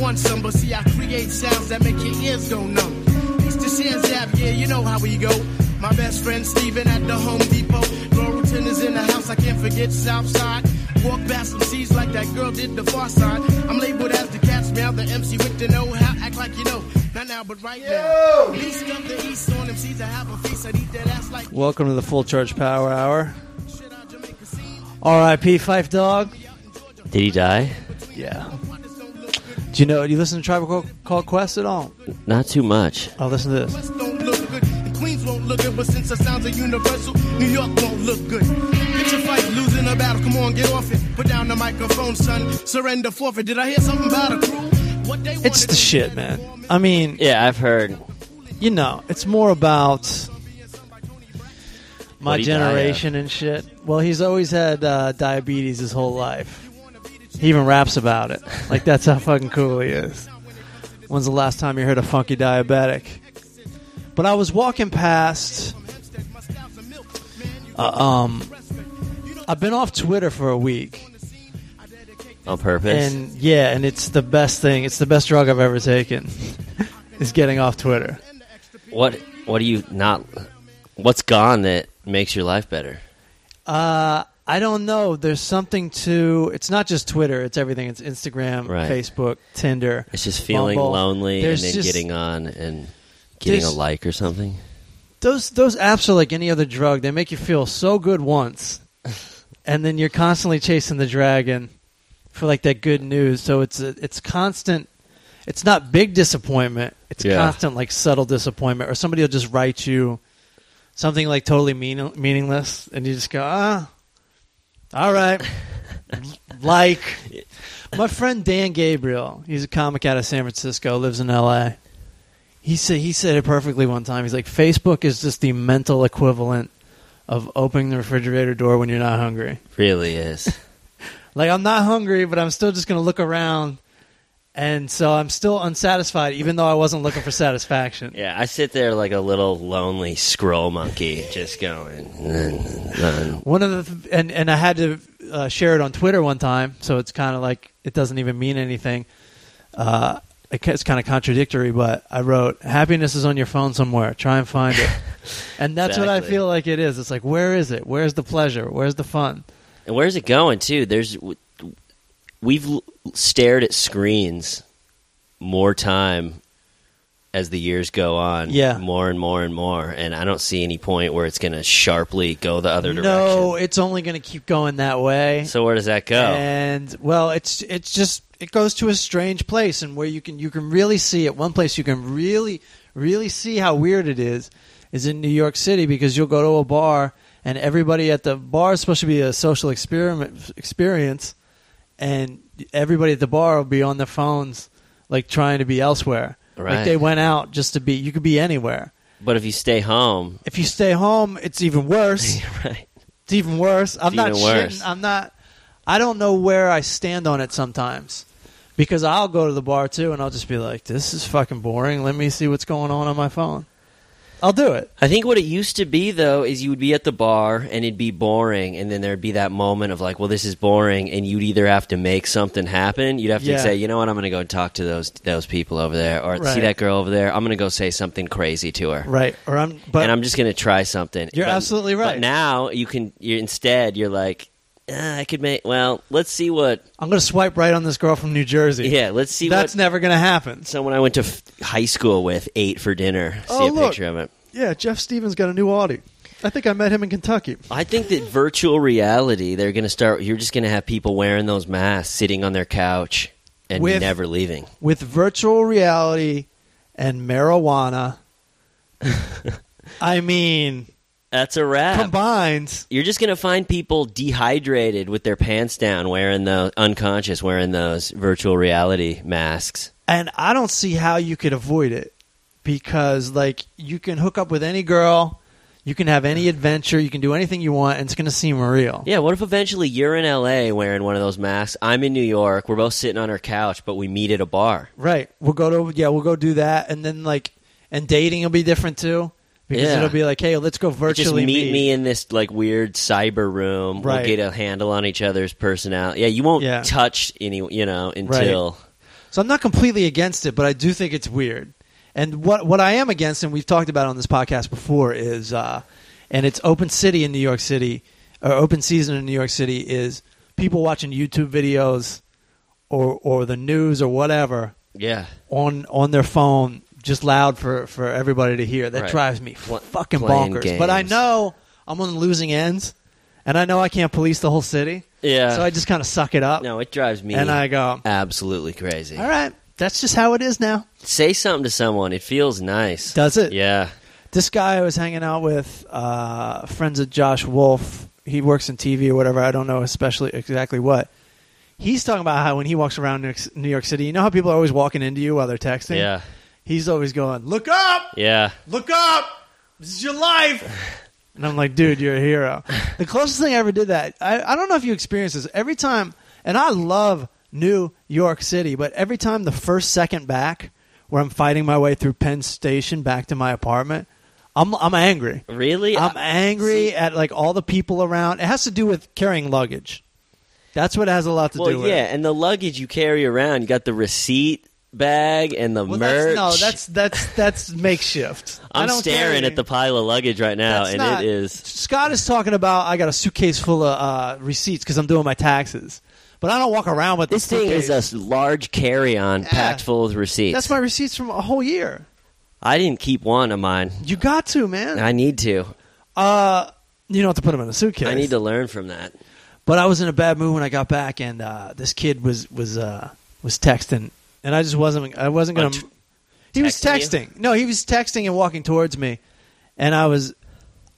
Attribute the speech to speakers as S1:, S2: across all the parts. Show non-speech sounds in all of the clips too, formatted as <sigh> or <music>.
S1: want some, but see, I create sounds that make your ears go numb. Peace to Shan Zab, yeah, you know how we go. My best friend Steven at the Home Depot. Gloralton is in the house, I can't forget Southside. Walk past some seeds like that girl did the far side. I'm labeled as the cat's meow, the MC with the know how. Act like you know, not now, but right now. East of the east on them seeds, I have a feast. I eat that ass like
S2: Welcome to the Full Church Power Hour.
S1: shit out Jamaica scene.
S2: R.I.P. Fife Dog.
S3: Did he die?
S2: Yeah. Do you know? Do you listen to Tribal Call, Call Quest at all?
S3: Not too much.
S2: Oh, listen to this.
S1: West don't look good, and Queens won't look good, but since the sounds are universal, New York won't look good. Picture fight, losing a battle, come on, get off it. Put down the microphone, son, surrender forfeit. Did I hear something about a crew? What they
S2: It's
S1: wanted
S2: the
S1: to
S2: shit,
S1: do-
S2: man. I mean,
S3: Yeah, I've heard.
S2: you know, it's more about my
S3: What'd he die of?
S2: generation and shit. Well, he's always had uh, diabetes his whole life. He even raps about it. <laughs> Like that's how fucking cool he is. When's the last time you heard a funky diabetic? But I was walking past. Uh, um, I've been off Twitter for a week.
S3: On purpose.
S2: And yeah, and it's the best thing. It's the best drug I've ever taken. <laughs> is getting off Twitter.
S3: what What do you not? What's gone that makes your life better?
S2: Uh, I don't know. There's something to. It's not just Twitter. It's everything. It's Instagram,
S3: Right.
S2: Facebook, Tinder.
S3: It's just feeling
S2: Bumble.
S3: lonely
S2: There's
S3: and then
S2: just-
S3: getting on and getting a
S2: There's-
S3: like or something.
S2: Those those apps are like any other drug. They make you feel so good once, and then you're constantly chasing the dragon for like that good news. So it's a, it's constant. It's not big disappointment. It's
S3: Yeah.
S2: constant like subtle disappointment, or somebody will just write you something like totally mean, meaningless, and you just go ah, all right, like. My friend Dan Gabriel, he's a comic out of San Francisco, lives in L.A. He said he said it perfectly one time. He's like, Facebook is just the mental equivalent of opening the refrigerator door when you're not hungry.
S3: Really is.
S2: Like I'm not hungry, but I'm still just gonna look around, and so I'm still unsatisfied, even though I wasn't looking for satisfaction.
S3: <laughs> yeah, I sit there like a little lonely scroll monkey, just going.
S2: One of the th- and and I had to uh, share it on Twitter one time, so it's kind of like it doesn't even mean anything. Uh, it ca- it's kind of contradictory, but I wrote, "Happiness is on your phone somewhere. Try and find
S3: <laughs>
S2: it." and that's what I
S3: Exactly.
S2: feel like it is. It's like, where is it? Where's the pleasure? Where's the fun?
S3: And where's it going too? There's we've l- stared at screens more time as the years go on.
S2: Yeah.
S3: more and more and more, and I don't see any point where it's going to sharply go the other
S2: No, Eh.
S3: direction.
S2: it's only going to keep going that way.
S3: So where does that go?
S2: And well, it's it's just it goes to a strange place, and where you can you can really see it. One place you can really really see how weird it is is in New York City because you'll go to a bar and everybody at the bar is supposed to be a social experiment experience, and everybody at the bar will be on their phones like trying to be elsewhere.
S3: Right.
S2: Like they went out just to be. You could be anywhere.
S3: but if you stay home, <laughs>
S2: If you stay home, it's even worse.
S3: right?
S2: It's even worse. I'm
S3: It's
S2: not
S3: even worse.
S2: shitting. I'm not. I don't know where I stand on it sometimes because I'll go to the bar too and I'll just be like, "This is fucking boring. Let me see what's going on on my phone." I'll do it.
S3: I think what it used to be though is you would be at the bar and it'd be boring, and then there'd be that moment of like, well, this is boring, and you'd either have to make something happen, you'd have to
S2: Yeah.
S3: say, you know what, I'm going to go and talk to those those people over there, or see
S2: Right.
S3: that girl over there, I'm going to go say something crazy to her,
S2: Right. Or I'm. But
S3: and I'm just going to try something.
S2: You're
S3: But-
S2: absolutely right.
S3: But now you can, you're instead, you're like, "Ah, I could make. Well, let's see what.
S2: I'm going to swipe right on this girl from New Jersey.
S3: Yeah, let's see
S2: That's
S3: what
S2: never going to happen.
S3: someone I went to f- high school with ate for dinner.
S2: Oh,
S3: see a
S2: look.
S3: picture of it.
S2: Yeah. Jeff Stevens got a new Audi. I think I met him in Kentucky.
S3: I think that virtual reality, they're going to start. You're just going to have people wearing those masks, sitting on their couch, and
S2: With-
S3: never leaving.
S2: with virtual reality and
S3: <laughs>
S2: marijuana. I mean,
S3: That's a wrap.
S2: combined.
S3: you're just going to find people dehydrated with their pants down, wearing the unconscious, wearing those virtual reality masks.
S2: And I don't see how you could avoid it because, like, you can hook up with any girl, you can have any adventure, you can do anything you want, and it's going to seem real.
S3: Yeah, what if eventually you're in LA wearing one of those masks? I'm in New York. We're both sitting on our couch, but we meet at a bar.
S2: Right. We'll go to, yeah, we'll go do that. And then, like, and dating will be different too because
S3: Yeah.
S2: it'll be like, hey, let's go virtually
S3: just meet, me in this like weird cyber room.
S2: Right.
S3: We'll get a handle on each other's personality. Yeah, you won't
S2: Yeah.
S3: touch any, you know, until
S2: So I'm not completely against it, but I do think it's weird. And what what I am against, and we've talked about on this podcast before, is uh, and it's open city in New York City, or open season in New York City is people watching YouTube videos or or the news or whatever
S3: Yeah.
S2: on on their phone just loud for for everybody to hear. That
S3: Right.
S2: drives me
S3: Pl-
S2: fucking
S3: playing
S2: bonkers. But I
S3: games.
S2: know I'm on the losing ends, and I know I can't police the whole city.
S3: Yeah.
S2: So I just kind of suck it up,
S3: no, it drives me
S2: and I go,
S3: absolutely crazy.
S2: all right, that's just how it is now.
S3: Say something to someone. It feels nice.
S2: Does it?
S3: Yeah.
S2: This guy I was hanging out with, uh, friends of Josh Wolf. He works in TV or whatever. I don't know especially exactly what. He's talking about how when he walks around New York- New York City, you know how people are always walking into you while they're texting.
S3: Yeah.
S2: He's always going, "Look up,
S3: Yeah.
S2: look up. This is your life. And I'm like, dude, you're a hero. The closest thing I ever did that, I, I don't know if you experienced this. Every time, and I love New York City, but every time the first second back, where I'm fighting my way through Penn Station back to my apartment, I'm, I'm angry.
S3: Really?
S2: I'm angry at like all the people around. It has to do with carrying luggage. That's what it has a lot to
S3: well,
S2: do with.
S3: yeah, and the luggage you carry around, you got the receipt bag and the
S2: Well,
S3: merch.
S2: that's, no, that's that's that's makeshift. I
S3: I'm
S2: don't
S3: staring
S2: carry-
S3: at the pile of luggage right now,
S2: That's
S3: and
S2: not-
S3: it is.
S2: Scott is talking about I got a suitcase full of uh, receipts because I'm doing my taxes, but I don't walk around with
S3: This thing is
S2: suitcase.
S3: a s- large carry-on
S2: Yeah.
S3: packed full with receipts.
S2: That's my receipts from a whole year.
S3: I didn't keep one of mine.
S2: You got to man.
S3: I need to.
S2: uh, you don't have to put them in a suitcase.
S3: I need to learn from that.
S2: But I was in a bad mood when I got back, and uh, this kid was was uh, was texting, and I just wasn't I wasn't
S3: Oh,
S2: gonna.
S3: t-
S2: he was
S3: texting
S2: texting. No, he was texting and walking towards me, and I was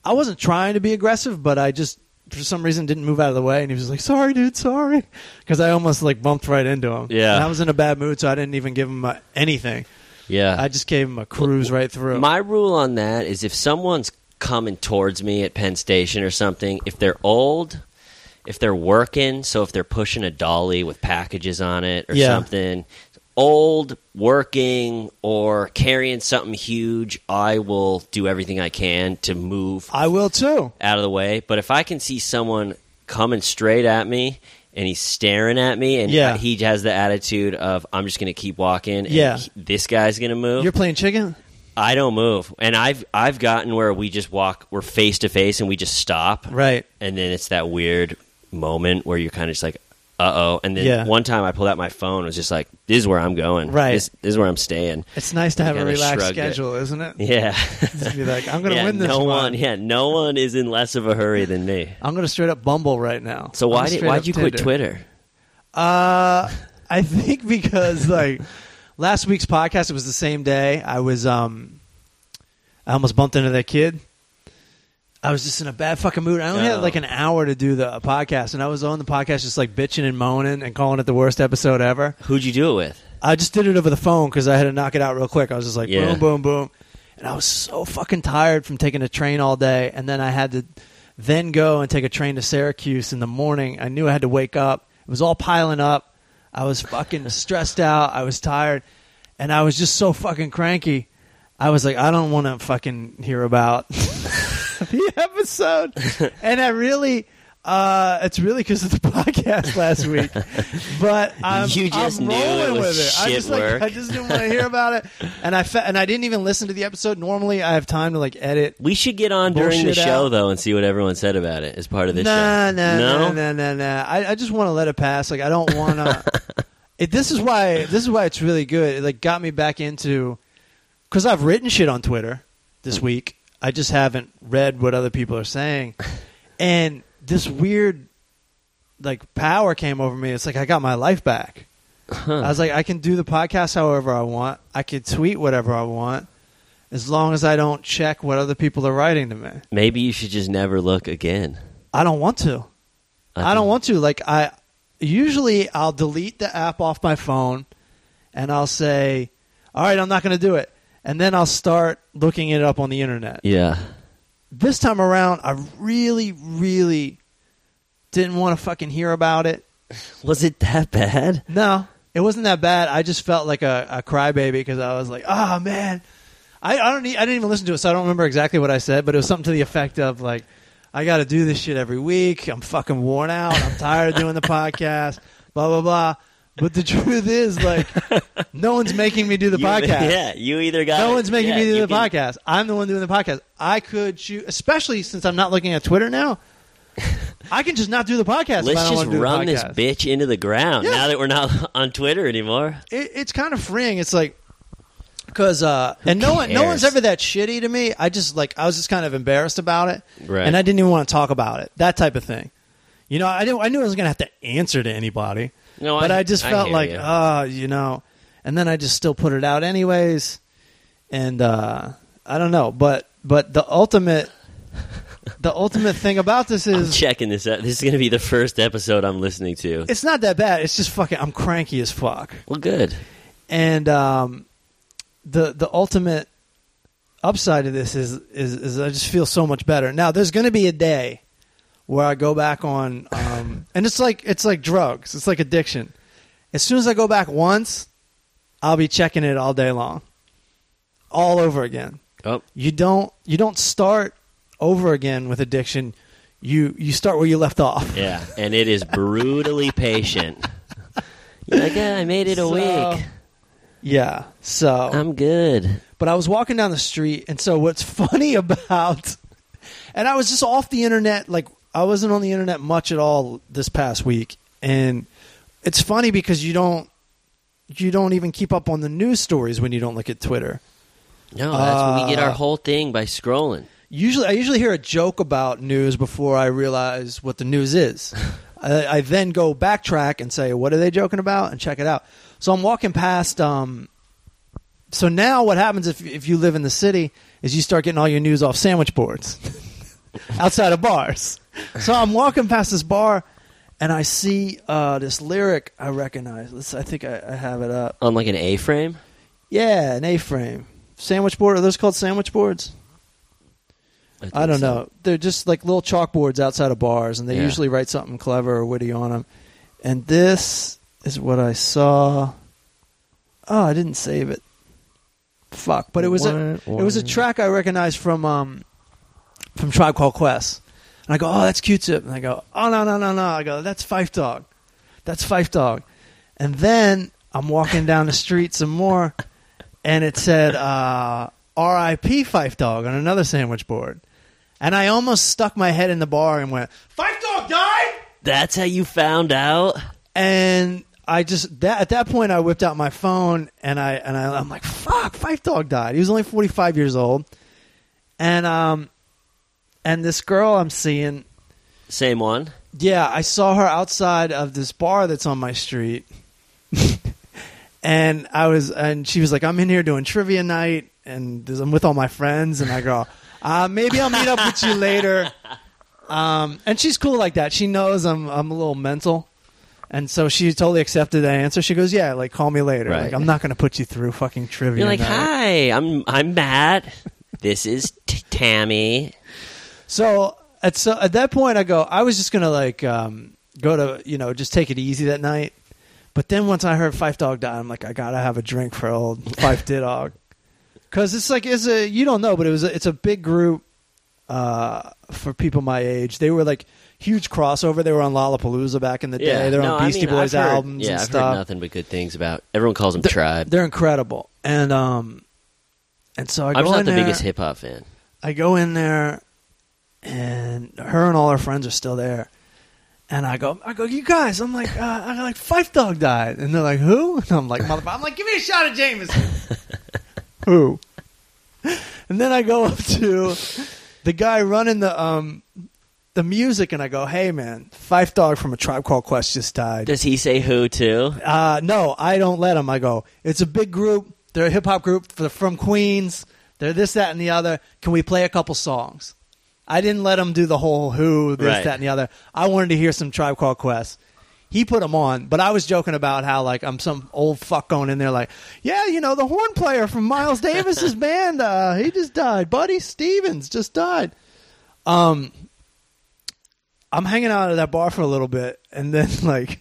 S2: I wasn't trying to be aggressive, but I just for some reason didn't move out of the way, and he was like, "Sorry, dude, sorry," because I almost like bumped right into him.
S3: Yeah.
S2: and I was in a bad mood, so I didn't even give him uh, anything.
S3: Yeah.
S2: I just gave him a cruise right through.
S3: My rule on that is if someone's coming towards me at Penn Station or something, if they're old, if they're working, so if they're pushing a dolly with packages on it or
S2: Yeah.
S3: something, old, working, or carrying something huge, I will do everything I can to move
S2: I will too.
S3: out of the way. But if I can see someone coming straight at me and he's staring at me and
S2: Yeah.
S3: he has the attitude of, I'm just going to keep walking and
S2: Yeah.
S3: he- this guy's going to move.
S2: You're playing chicken.
S3: I don't move, and I've I've gotten where we just walk, we're face to face, and we just stop,
S2: Right.
S3: and then it's that weird moment where you're kind of just like, uh oh, and then
S2: Yeah.
S3: one time I pulled out my phone, and was just like, this is where I'm going,
S2: Right.
S3: This, this is where I'm staying,
S2: It's nice to have a
S3: kinda
S2: relaxed
S3: shrugged it.
S2: schedule, is isn't it? <laughs>
S3: yeah.
S2: Just be like, I'm gonna
S3: Yeah,
S2: win this
S3: no
S2: one.
S3: yeah, no one is in less of a hurry than me.
S2: I'm gonna straight up Bumble right now.
S3: So
S2: I'm
S3: why did
S2: straight
S3: why
S2: up
S3: would you quit
S2: Tinder.
S3: Twitter?
S2: Uh, I think because like last week's podcast, it was the same day. I was um, I almost bumped into that kid. I was just in a bad fucking mood. I only had
S3: Oh.
S2: like an hour to do the podcast, and I was on the podcast just like bitching and moaning and calling it the worst episode ever.
S3: Who'd you do it with?
S2: I just did it over the phone because I had to knock it out real quick. I was just like,
S3: Yeah.
S2: boom, boom, boom. And I was so fucking tired from taking a train all day. And then I had to then go and take a train to Syracuse in the morning. I knew I had to wake up. It was all piling up. I was fucking stressed out. I was tired. And I was just so fucking cranky. I was like, I don't want to fucking hear about the <laughs> episode. And I really. Uh, it's really because of the <laughs> podcast last week, but I'm,
S3: You just
S2: I'm
S3: knew it
S2: rolling
S3: was
S2: with it. I
S3: shit
S2: just like
S3: work.
S2: I just didn't want to hear about it, and I fe- and I didn't even listen to the episode. Normally, I have time to like edit.
S3: We should get on during the
S2: Bullshit
S3: show
S2: out.
S3: though and see what everyone said about it as part of this
S2: Nah,
S3: show.
S2: nah,
S3: no,
S2: nah, nah, nah, nah. I, I just want to let it pass. Like I don't want
S3: <laughs>
S2: to. it, this is why this is why it's really good. It like got me back into because I've written shit on Twitter
S3: Mm-hmm.
S2: this week. I just haven't read what other people are
S3: <laughs>
S2: saying, and this weird like power came over me. It's like I got my life back. I was like, I can do the podcast however I want. I can tweet whatever I want, as long as I don't check what other people are writing to me.
S3: Maybe you should just never look again.
S2: I don't want to. I don't want to. Like I usually I'll delete the app off my phone and I'll say, "All right, I'm not going to do it." And then I'll start looking it up on the internet.
S3: Yeah.
S2: This time around, I really really didn't want to fucking hear about it.
S3: Was it that bad?
S2: No, it wasn't that bad. I just felt like a, a crybaby because I was like, "Ah, man." I, I don't e- I didn't even listen to it, so I don't remember exactly what I said, but it was something to the effect of like, "I got to do this shit every week. I'm fucking worn out. I'm tired of doing the podcast." Blah blah blah. But the <laughs> truth is, like, no one's making me do the
S3: You-
S2: podcast.
S3: <laughs> Yeah, you either got
S2: No
S3: it-
S2: one's making
S3: yeah,
S2: me do
S3: you
S2: the
S3: can-
S2: podcast. I'm the one doing the podcast. I could choose, especially since I'm not looking at Twitter now. I can just not do the podcast. if I
S3: Let's
S2: don't
S3: just
S2: wanna do the
S3: run this
S2: podcast.
S3: bitch into the ground
S2: Yeah.
S3: now that we're not <laughs> on Twitter anymore.
S2: it, it's kind of freeing. It's like because uh, and no one no one's
S3: cares?
S2: ever that shitty to me. I just like I was just kind of embarrassed about it,
S3: Right.
S2: and I didn't even want to talk about it. That type of thing. You know, I didn't. I knew I was gonna have to answer to anybody.
S3: No,
S2: but I,
S3: I-
S2: just
S3: I
S2: felt
S3: hear
S2: like,
S3: you.
S2: ah, you know, and then I just still put it out anyways, and uh, I don't know, but but the ultimate, the ultimate thing about this
S3: <laughs> I'm
S2: is
S3: checking this out. This is going to be the first episode I'm listening to.
S2: it's not that bad. It's just fucking. I'm cranky as fuck.
S3: Well, good.
S2: and um, the the ultimate upside of this is, is is I just feel so much better. Now there's going to be a day where I go back on, um, and it's like it's like drugs, it's like addiction. As soon as I go back once, I'll be checking it all day long, all over again.
S3: Oh,
S2: You don't you don't start over again with addiction. You you start where you left off.
S3: yeah, and it is
S2: <laughs>
S3: brutally patient. You're like, yeah, I made it a
S2: So-
S3: week.
S2: Yeah. So
S3: I'm good.
S2: but I was walking down the street, and so what's <laughs> funny about, and I was just off the internet, like I wasn't on the internet much at all this past week, and it's funny because you don't, you don't even keep up on the news stories when you don't look at Twitter.
S3: No, that's when we get our
S2: Uh,
S3: whole thing by scrolling.
S2: Usually, I usually hear a joke about news before I realize what the news is. I, I then go backtrack and say, "What are they joking about?" and check it out. So I'm walking past. Um, so now, what happens if if you live in the city is you start getting all your news off sandwich boards <laughs> outside of bars. So I'm walking past this bar, and I see uh, this lyric I recognize. Let's, I think I, I have it up.
S3: On like an A frame?
S2: Yeah, an A-frame sandwich board. Are those called sandwich boards? I don't know. They're just like little chalkboards outside of bars, and they
S3: Yeah.
S2: usually write something clever or witty on them. And this is what I saw. Oh, I didn't save it. Fuck! But it was a it was a track I recognized from um from Tribe Called Quest, and I go, oh, that's Q-Tip, and I go, oh no no no no, I go, that's Fife Dog, that's Fife Dog, and then I'm walking down the street some more, and it said uh, R.I.P. Fife Dog on another sandwich board, and I almost stuck my head in the bar and went Fife Dog died,
S3: That's how you found out?
S2: and I just that at that point I whipped out my phone and I and I, I'm like fuck Fife Dog died. He was only 45 years old, and um and this girl I'm seeing.
S3: Same one.
S2: Yeah, I saw her outside of this bar that's on my street. <laughs> and I was and she was like, I'm in here doing trivia night and this- I'm with all my friends and I go, uh, maybe I'll meet up with you later. Um, and she's cool like that. She knows I'm I'm a little mental. And so she totally accepted that answer. She goes, Yeah, like call me later.
S3: Right.
S2: Like I'm not gonna put you through fucking trivia.
S3: You're like,
S2: night.
S3: hi, I'm I'm Matt. This is t- Tammy.
S2: So at so at that point, I go. I was just gonna like um, go to you know just take it easy that night. But then once I heard Fife Dog die, I'm like, I gotta have a drink for old
S3: <laughs>
S2: Fife Dog, because it's like it's a you don't know, but it was a, it's a big group uh, for people my age. They were like huge crossover. They were on Lollapalooza back in the day. They're
S3: no,
S2: on
S3: I
S2: Beastie
S3: mean,
S2: Boys
S3: I've heard-
S2: albums
S3: Yeah,
S2: and
S3: I've
S2: stuff.
S3: heard nothing but good things about. Everyone calls them
S2: They're-
S3: Tribe.
S2: They're incredible, and um, and so I go
S3: I'm just
S2: in
S3: not the
S2: there-
S3: biggest hip hop fan.
S2: I go in there, and her and all her friends are still there. And I go, I go, you guys. I'm like, uh, I'm like, Fife Dog died, and they're like, who? <laughs> And I'm like, motherfucker. I'm like, give me a shot of Jameson. who? And then I go up to the guy running the um the music, and I go, hey man, Fife Dog from a Tribe Called Quest just died.
S3: Does he say who too?
S2: Uh, no, I don't let them. I go, it's a big group. They're a hip hop group for, from Queens. They're this, that, and the other. Can we play a couple songs? I didn't let him do the whole who, this,
S3: Right.
S2: that, and the other. I wanted to hear some Tribe Called Quest. He put them on, but I was joking about how like I'm some old fuck going in there like, yeah, you know the horn player from Miles Davis's band, uh, he just died. Buddy Stevens just died. Um, I'm hanging out at that bar for a little bit, and then <laughs> like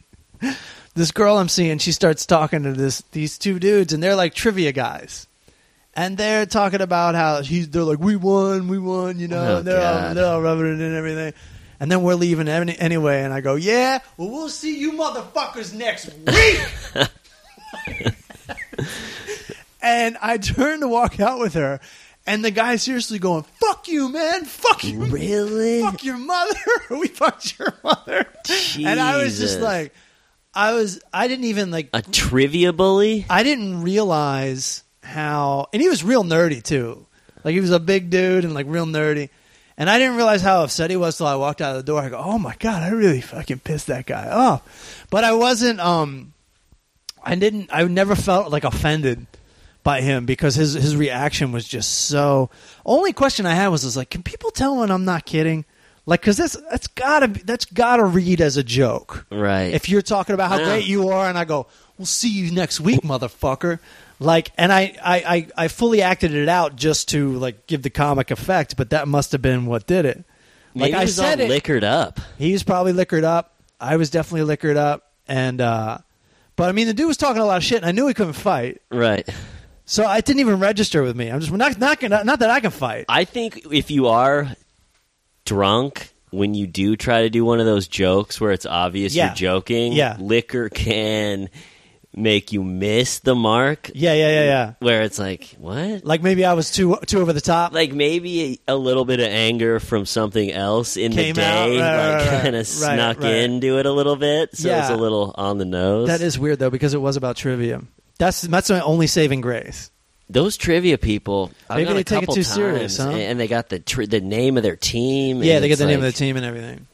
S2: this girl I'm seeing, she starts talking to this these two dudes, and they're like trivia guys, and they're talking about how he's they're like we won, we won, you know,
S3: Oh,
S2: and they're all,
S3: God.
S2: they're all rubbing it in and everything, And then we're leaving any, anyway, and I go, yeah, well, we'll see you motherfuckers next week.
S3: <laughs>
S2: and I turn to walk out with her, and the guy seriously going, fuck you, man, fuck you,
S3: Really?
S2: fuck your mother. <laughs> we fucked your mother. And I was
S3: Jesus.
S2: just like, I was, I didn't even like,
S3: A trivia bully?
S2: I didn't realize how, and he was real nerdy too. Like he was a big dude and like real nerdy. And I didn't realize how upset he was till I walked out of the door. I go, oh my god, I really fucking pissed that guy off. But I wasn't. um I didn't. I never felt like offended by him because his his reaction was just so. Only question I had was was like, can people tell when I'm not kidding? Like, cause that's that's gotta be, that's gotta read as a joke
S3: Right.
S2: if you're talking about how
S3: Yeah.
S2: great you are and i go we'll see you next week motherfucker like and I, I i i fully acted it out just to like give the comic effect but that must have been what did it
S3: Maybe
S2: like
S3: he
S2: i
S3: was
S2: said
S3: all
S2: it,
S3: liquored up.
S2: he was probably liquored up i was definitely liquored up and uh but i mean the dude was talking a lot of shit and i knew he couldn't fight
S3: Right.
S2: so i didn't even register with me i'm just not not gonna not that i can fight
S3: I think if you are drunk when you do try to do one of those jokes where it's obvious
S2: Yeah.
S3: you're joking,
S2: Yeah.
S3: liquor can make you miss the mark.
S2: yeah yeah yeah yeah
S3: Where it's like, what?
S2: like maybe i was too too over the top
S3: Like maybe a, a little bit of anger from something else in
S2: Came
S3: the
S2: out,
S3: day,
S2: right,
S3: like
S2: right, right.
S3: kind of
S2: Right,
S3: snuck
S2: right.
S3: into it a little bit, so it's
S2: Yeah.
S3: a little on the nose.
S2: that is weird though because it was about trivia that's that's my only saving grace
S3: those trivia people. I've
S2: Maybe
S3: gone
S2: they
S3: a
S2: take it
S3: couple
S2: too serious,
S3: times,
S2: huh?
S3: And, and they got the tr- the name of their team.
S2: Yeah,
S3: and
S2: they get
S3: it's
S2: the name of the
S3: like-
S2: team and everything.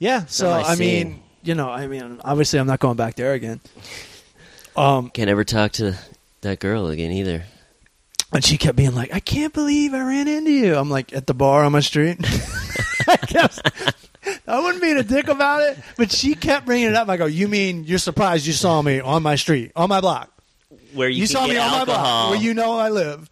S2: Yeah, so
S3: not my
S2: I mean,
S3: scene.
S2: you know, I mean, obviously, I'm not going back there again. Um,
S3: Can't ever talk to that girl again either.
S2: and she kept being like, "I can't believe I ran into you." I'm like at the bar on my street. <laughs> I kept. I wouldn't be a dick about it, but she kept bringing it up. I go, "You mean you're surprised you saw me on my street, on my block?
S3: Where you,
S2: You,
S3: can
S2: saw
S3: get
S2: me on my block,
S3: alcohol.
S2: where you know I live,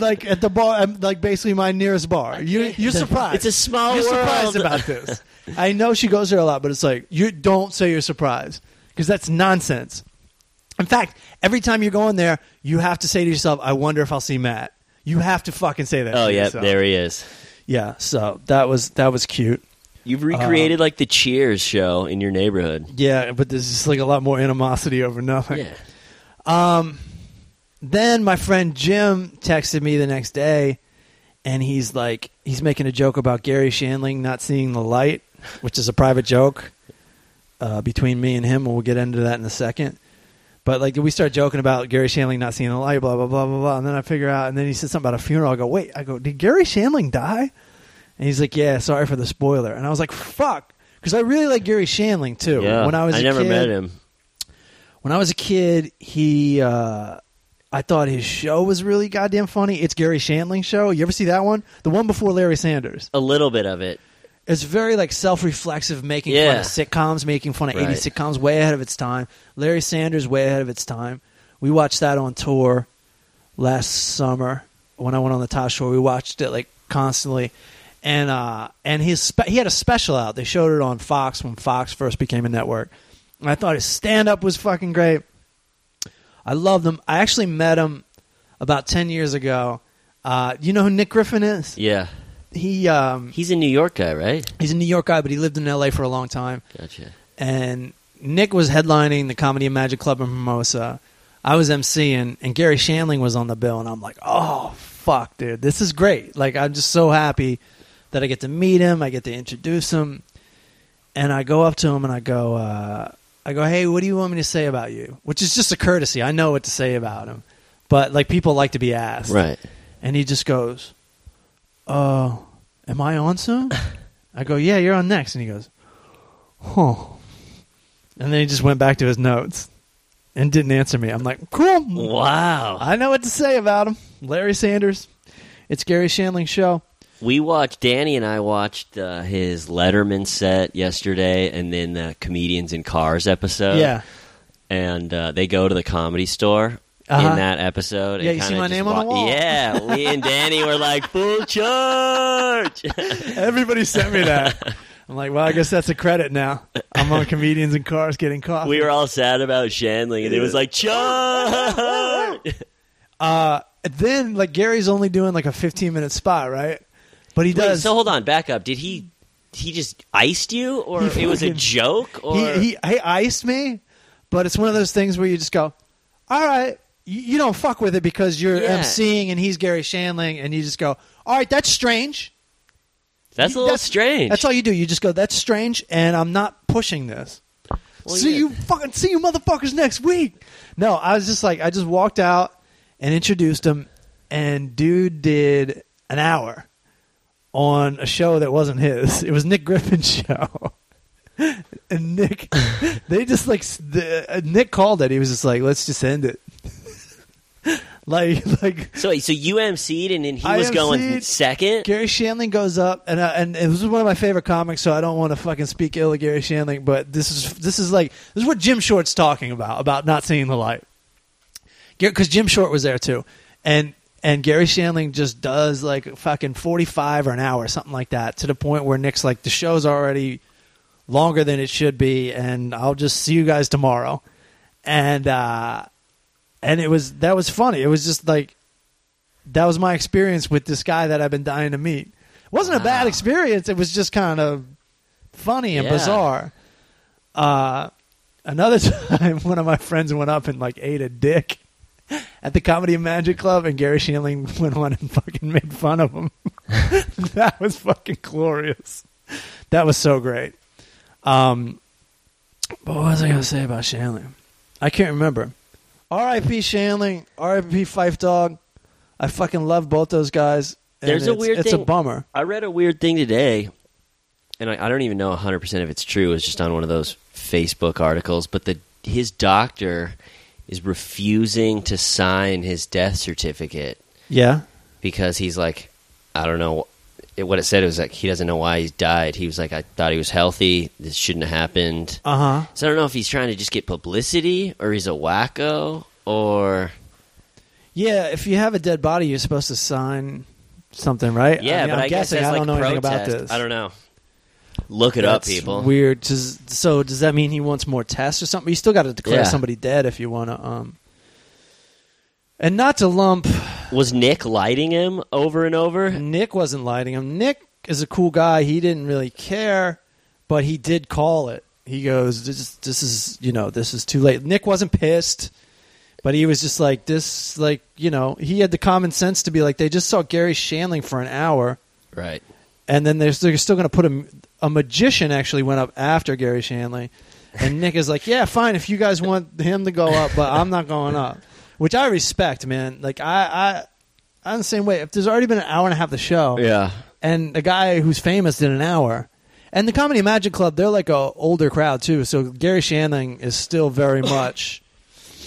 S2: like at the bar, I'm- like basically my nearest bar. You, you're surprised.
S3: It's a small
S2: You're surprised
S3: world.
S2: about this. I know she goes there a lot, but it's like you don't say you're surprised because that's nonsense. In fact, every time you're going there, you have to say to yourself, "I wonder if I'll see Matt." You have to fucking say that.
S3: Oh
S2: to
S3: yeah,
S2: yourself.
S3: there he is.
S2: Yeah, so that was that was cute.
S3: You've
S2: Uh-huh.
S3: recreated like the Cheers show in your neighborhood.
S2: Yeah, but there's just like a lot more animosity over nothing.
S3: Yeah,
S2: then my friend Jim texted me the next day, and he's like, he's making a joke about Gary Shandling not seeing the light, which is a private joke uh, between me and him, and we'll get into that in a second. But like, we start joking about Gary Shandling not seeing the light, blah blah blah blah blah, and then I figure out, and then he said something about a funeral. I go, wait, I go, did Gary Shandling die? And he's like, yeah, sorry for the spoiler. And I was like, fuck, because I really like Gary Shandling too.
S3: yeah.
S2: When I was,
S3: I
S2: a
S3: never
S2: kid,
S3: met him.
S2: when I was a kid, he uh, I thought his show was really goddamn funny. It's Gary Shandling's show. You ever see that one? The one before Larry Sanders.
S3: A little bit of it.
S2: It's very like self-reflexive, making fun
S3: Yeah.
S2: of sitcoms, making fun of
S3: Right.
S2: 80s sitcoms, way ahead of its time. Larry Sanders, way ahead of its time. We watched that on tour last summer when I went on the top shore. We watched it like constantly, and uh, and his spe- he had a special out. They showed it on Fox when Fox first became a network. And I thought his stand up was fucking great. I loved him. I actually met him about ten years ago. Uh, you know who Nick Griffin is?
S3: Yeah,
S2: He um,
S3: he's a New York guy, right?
S2: he's a New York guy, but he lived in L.A. for a long time
S3: Gotcha.
S2: and Nick was headlining the Comedy and Magic Club in Hermosa. I was emceeing, and Gary Shandling was on the bill, and I'm like, oh fuck, dude, this is great. Like, I'm just so happy that I get to meet him, I get to introduce him, and I go up to him and I go, uh, I go, hey, what do you want me to say about you? Which is just a courtesy. I know what to say about him, but like people like to be asked,
S3: Right.
S2: and he just goes, "Uh, am I on
S3: <laughs>
S2: soon?" I go, "Yeah, you're on next." And he goes, "Huh." And then he just went back to his notes and didn't answer me. I'm like, "Cool,
S3: Wow.
S2: I know what to say about him." Larry Sanders, it's Gary Shandling's show.
S3: We watched Danny and I watched uh, his Letterman set yesterday, and then the Comedians in Cars episode.
S2: yeah,
S3: and uh, they go to the comedy store.
S2: Uh-huh.
S3: In that episode,
S2: Yeah,
S3: and
S2: you see
S3: kinda
S2: my
S3: just
S2: name on the
S3: wa-
S2: wall.
S3: Yeah, we and Danny were like full charge. <laughs>
S2: everybody sent me that. <laughs> I'm like, well, I guess that's a credit now. I'm on comedians and cars getting coffee.
S3: we were all sad about Shandling, and it was like
S2: <laughs>
S3: charge.
S2: uh, then like Gary's only doing like a 15 minute spot, right? But he
S3: Wait,
S2: does.
S3: so hold on, back up. Did he he just iced you, or it was a
S2: fucking-
S3: joke, or
S2: he, he he iced me, but it's one of those things where you just go, all right. You you don't fuck with it because you're
S3: Yeah.
S2: emceeing and he's Gary Shandling, and you just go, "All right, that's strange."
S3: that's a little strange.
S2: That's all you do. You just go, "That's strange," and I'm not pushing this.
S3: Well,
S2: see
S3: yeah.
S2: you fucking see you motherfuckers next week. No, I was just like, I just walked out and introduced him, and dude did an hour on a show that wasn't his. It was Nick Griffin's <laughs> show. And
S3: <laughs>
S2: Nick, they just like s- the, uh, Nick called it. He was just like, "Let's just end it." <laughs> like, like
S3: So, so you emceed, and then he
S2: I
S3: was going
S2: emceed.
S3: second.
S2: Gary Shandling goes up, and uh, and this is one of my favorite comics, so I don't want to fucking speak ill of Gary Shandling, but this is this is like this is what Jim Short's talking about about not seeing the light, because Jim Short was there too, and and Gary Shandling just does like fucking forty five or an hour something like that to the point where Nick's like the show's already longer than it should be, and I'll just see you guys tomorrow, and uh, and it was that was funny. It was just like that was my experience with this guy that I've been dying to meet. It wasn't a bad
S3: Wow.
S2: experience. It was just kind of funny and
S3: Yeah.
S2: bizarre. Uh, another <laughs> time, one of my friends went up and like ate a dick at the Comedy and Magic Club, and Gary Shandling <laughs> went on and fucking made fun of him. <laughs> that was fucking glorious. That was so great. Um, but what was I going to say about Shanley? I can't remember. R.I.P. Shanley, R.I.P. Fife Dog. I fucking love both those guys. and
S3: There's a
S2: it's-
S3: weird
S2: It's
S3: thing-
S2: a bummer.
S3: I read a weird thing today, and I, I don't even know 100 percent if it's true. It was just on one of those Facebook articles, but the his doctor is refusing to sign his death certificate
S2: Yeah.
S3: because he's like, I don't know it, what it said. It was like he doesn't know why he died. He was like, I thought he was healthy. This shouldn't have happened.
S2: Uh huh.
S3: So I don't know if he's trying to just get publicity or he's a wacko or
S2: Yeah. If you have a dead body, you're supposed to sign something, right?
S3: yeah.
S2: I mean,
S3: but
S2: I'm
S3: I guess
S2: guessing
S3: that's
S2: I
S3: like
S2: don't know anything about
S3: protest.
S2: this.
S3: I don't know. Look it
S2: That's
S3: up, people.
S2: Weird. Does, so does that mean he wants more tests or something? You still got to declare
S3: Yeah.
S2: somebody dead if you want to. Um, and not to lump,
S3: Was Nick lighting him over and over?
S2: Nick wasn't lighting him. Nick is a cool guy. He didn't really care, but he did call it. He goes, "This is, this is you know, this is too late." Nick wasn't pissed, but he was just like this, like you know, he had the common sense to be like, they just saw Gary Shandling for an hour
S3: Right.
S2: and then there's they're still going to put a a magician actually went up after Gary Shanley, and Nick is like, yeah, fine if you guys want him to go up, but I'm not going up, which I respect, man. Like I I I'm the same way. If there's already been an hour and a half of the show,
S3: Yeah.
S2: and a guy who's famous did an hour. And the Comedy Magic Club, they're like a older crowd too. So Gary Shanling is still very much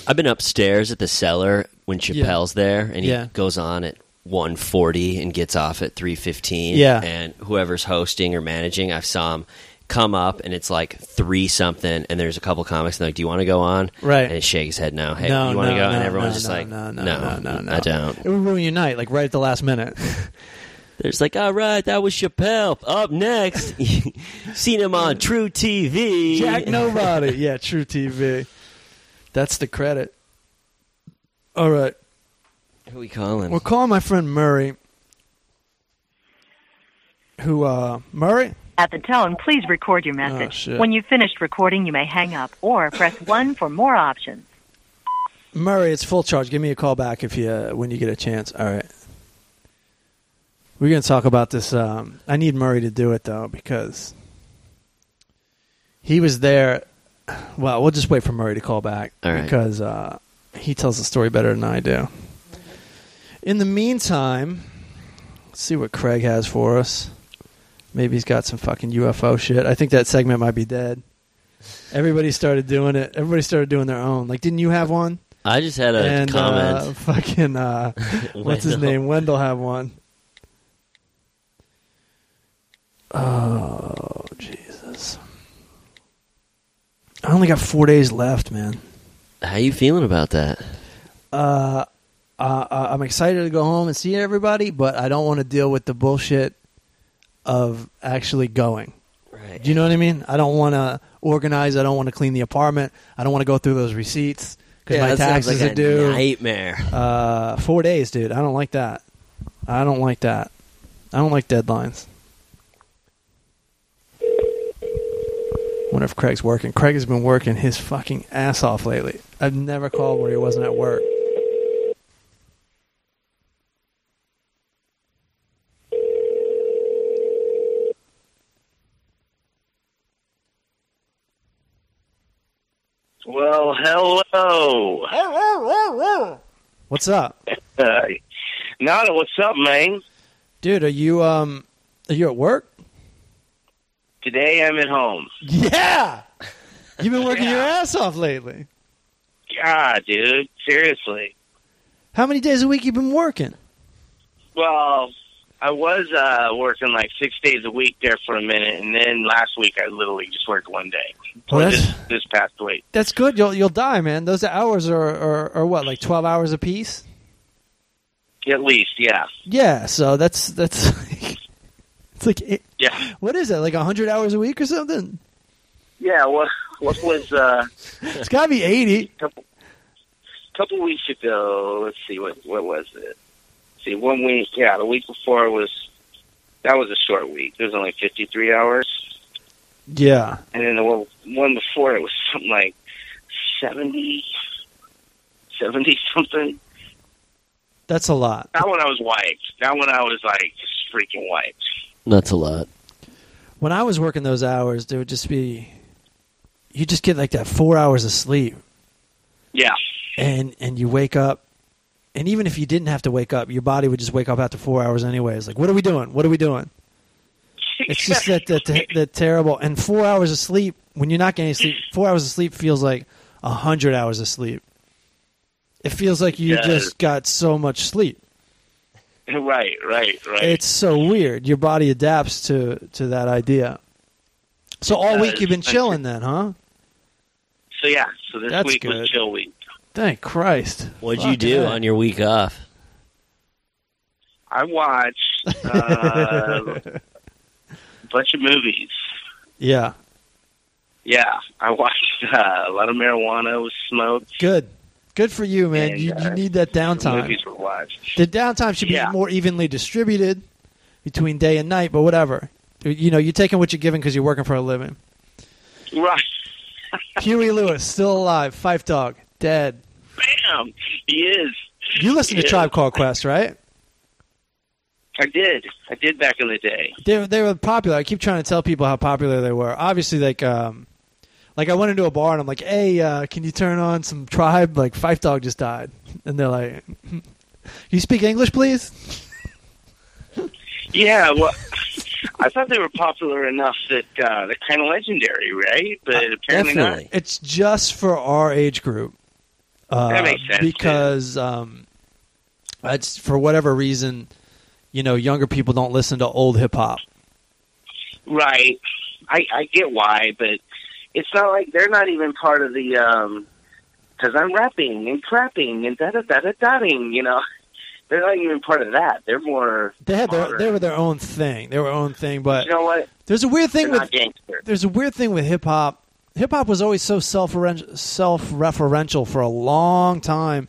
S3: I've been upstairs at the cellar when
S2: Yeah.
S3: Chappelle's there, and he
S2: Yeah.
S3: goes on at 1:40 and gets off at 3:15.
S2: Yeah.
S3: And whoever's hosting or managing, I saw him come up, and it's like three something, and there's a couple comics, and they're like, "Do you want to go on?"
S2: Right.
S3: And he shake his head, "No, hey,
S2: no,
S3: you want to
S2: no,
S3: go?" and
S2: no,
S3: everyone's
S2: no,
S3: just
S2: no,
S3: like,
S2: no, no, no, no, no,
S3: I don't."
S2: It would ruin your night, like right at the last minute.
S3: There's like, all right, that was Chappelle. Up next, <laughs> seen him on True TV.
S2: Jack <laughs> Nobody. Yeah, True TV. That's the credit. All right.
S3: Who we calling?
S2: We're calling my friend Murray. Who, uh, Murray?
S4: At the tone, please record your message.
S2: shit.
S4: when you've finished recording, you may hang up or press 1 for more options.
S2: Murray, it's full charge. Give me a call back if you, uh, when you get a chance. All right. We're going to talk about this. Um, I need Murray to do it, though, because he was there. Well, we'll just wait for Murray to call back
S3: All right.
S2: because uh, he tells the story better than I do. In the meantime, let's see what Craig has for us. Maybe he's got some fucking UFO shit. I think that segment might be dead. Everybody started doing it. Everybody started doing their own. Like, didn't you have one?
S3: I just had a
S2: and Uh, <laughs>
S3: comment.
S2: fucking uh, what's his
S3: <laughs> Wendell.
S2: name? Wendell have one. Oh Jesus! I only got four days left, man.
S3: How you feeling about that?
S2: Uh, uh, uh, I'm excited to go home and see everybody, but I don't want to deal with the bullshit of actually going.
S3: Right.
S2: Do you know what I mean? I don't want to organize. I don't want to clean the apartment. I don't want to go through those receipts because my taxes
S3: like
S2: are
S3: a
S2: due.
S3: Nightmare.
S2: Uh, four days, dude. I don't like that. I don't like that. I don't like deadlines. wonder if Craig's working. Craig has been working his fucking ass off lately. I've never called where he wasn't at work.
S5: Well, hello.
S2: What's up,
S5: Uh, Nada, what's up, man?
S2: dude? Are you um, are you at work?
S5: Today I'm at home.
S2: Yeah. You've been working your ass off lately.
S5: God, dude, seriously.
S2: How many days a week you been working?
S5: Well, I was uh, working like six days a week there for a minute, and then last week I literally just worked one day.
S2: Well,
S5: Or
S2: that's-
S5: this, this past week.
S2: That's good. You'll you'll die, man. Those hours are are, are what like twelve hours apiece.
S5: At least, yeah.
S2: Yeah. So that's that's <laughs> like, it's like eight,
S5: Yeah.
S2: what is that like hundred hours a week or something?
S5: Yeah, what, what was uh,
S2: It's got to be eighty.
S5: a couple, couple weeks ago? Let's see, what, what was it? See, one week, yeah, the week before was, that was a short week. It was only 53 hours.
S2: Yeah.
S5: and then the one, one before it was something like 70, 70 something.
S2: That's a lot.
S5: That one I was wiped. That one I was like just freaking wiped.
S3: That's a lot.
S2: When I was working those hours, there would just be you just get like that four hours of sleep.
S5: Yeah,
S2: and and you wake up and even if you didn't have to wake up your body would just wake up after four hours anyways like what are we doing what are we doing it's just that that,
S5: <laughs>
S2: that, terrible and four hours of sleep when you're not getting any sleep four hours of sleep feels like a hundred hours of sleep it feels like you
S5: Yeah.
S2: just got so much sleep
S5: <laughs> right, right, right.
S2: it's so weird your body adapts to to that idea so all week you've been
S5: does.
S2: chilling then huh
S5: so yeah, so this
S2: That's
S5: week
S2: good.
S5: was chill week.
S2: thank christ
S3: What'd you
S2: Fuck
S3: do
S2: that.
S3: on your week off?
S5: I watched uh, <laughs> a bunch of movies.
S2: yeah
S5: Yeah, I watched uh, a lot of marijuana was smoked.
S2: good good for you man
S5: And,
S2: you, you
S5: uh,
S2: need that downtime
S5: Movies were watched.
S2: The downtime should be
S5: Yeah.
S2: more evenly distributed between day and night, but whatever. You know, you're taking what you're given because you're working for a living.
S5: Right,
S2: Huey Lewis, still alive. Fife Dog, dead.
S5: bam, he is.
S2: You listen to
S5: Yeah.
S2: Tribe Called Quest, right?
S5: I did. I did back in the day.
S2: They, were- they were popular. I keep trying to tell people how popular they were. Obviously, like, um, like I went into a bar and I'm like, hey, uh, can you turn on some Tribe? Like, Fife Dog just died. And they're like, <laughs> you speak English, please?
S5: Yeah, well, I thought they were popular enough that uh, they're kind of legendary, right? But
S2: Uh,
S5: apparently
S3: Definitely.
S2: It's just for our age group. Uh,
S5: That makes sense,
S2: because um, it's for whatever reason, you know, younger people don't listen to old hip hop.
S5: not. Right. I, I get why, but it's not like they're not even part of the. um 'cause I'm rapping and clapping and da da da da dating, you know. They're not even part of that. They're more.
S2: They had their,
S5: modern.
S2: they were their own thing. They were their own thing, but
S5: You know what?
S2: there's a weird
S5: They're
S2: thing with
S5: not gangster.
S2: there's a weird thing with hip hop. Hip hop was always so self self referential for a long time,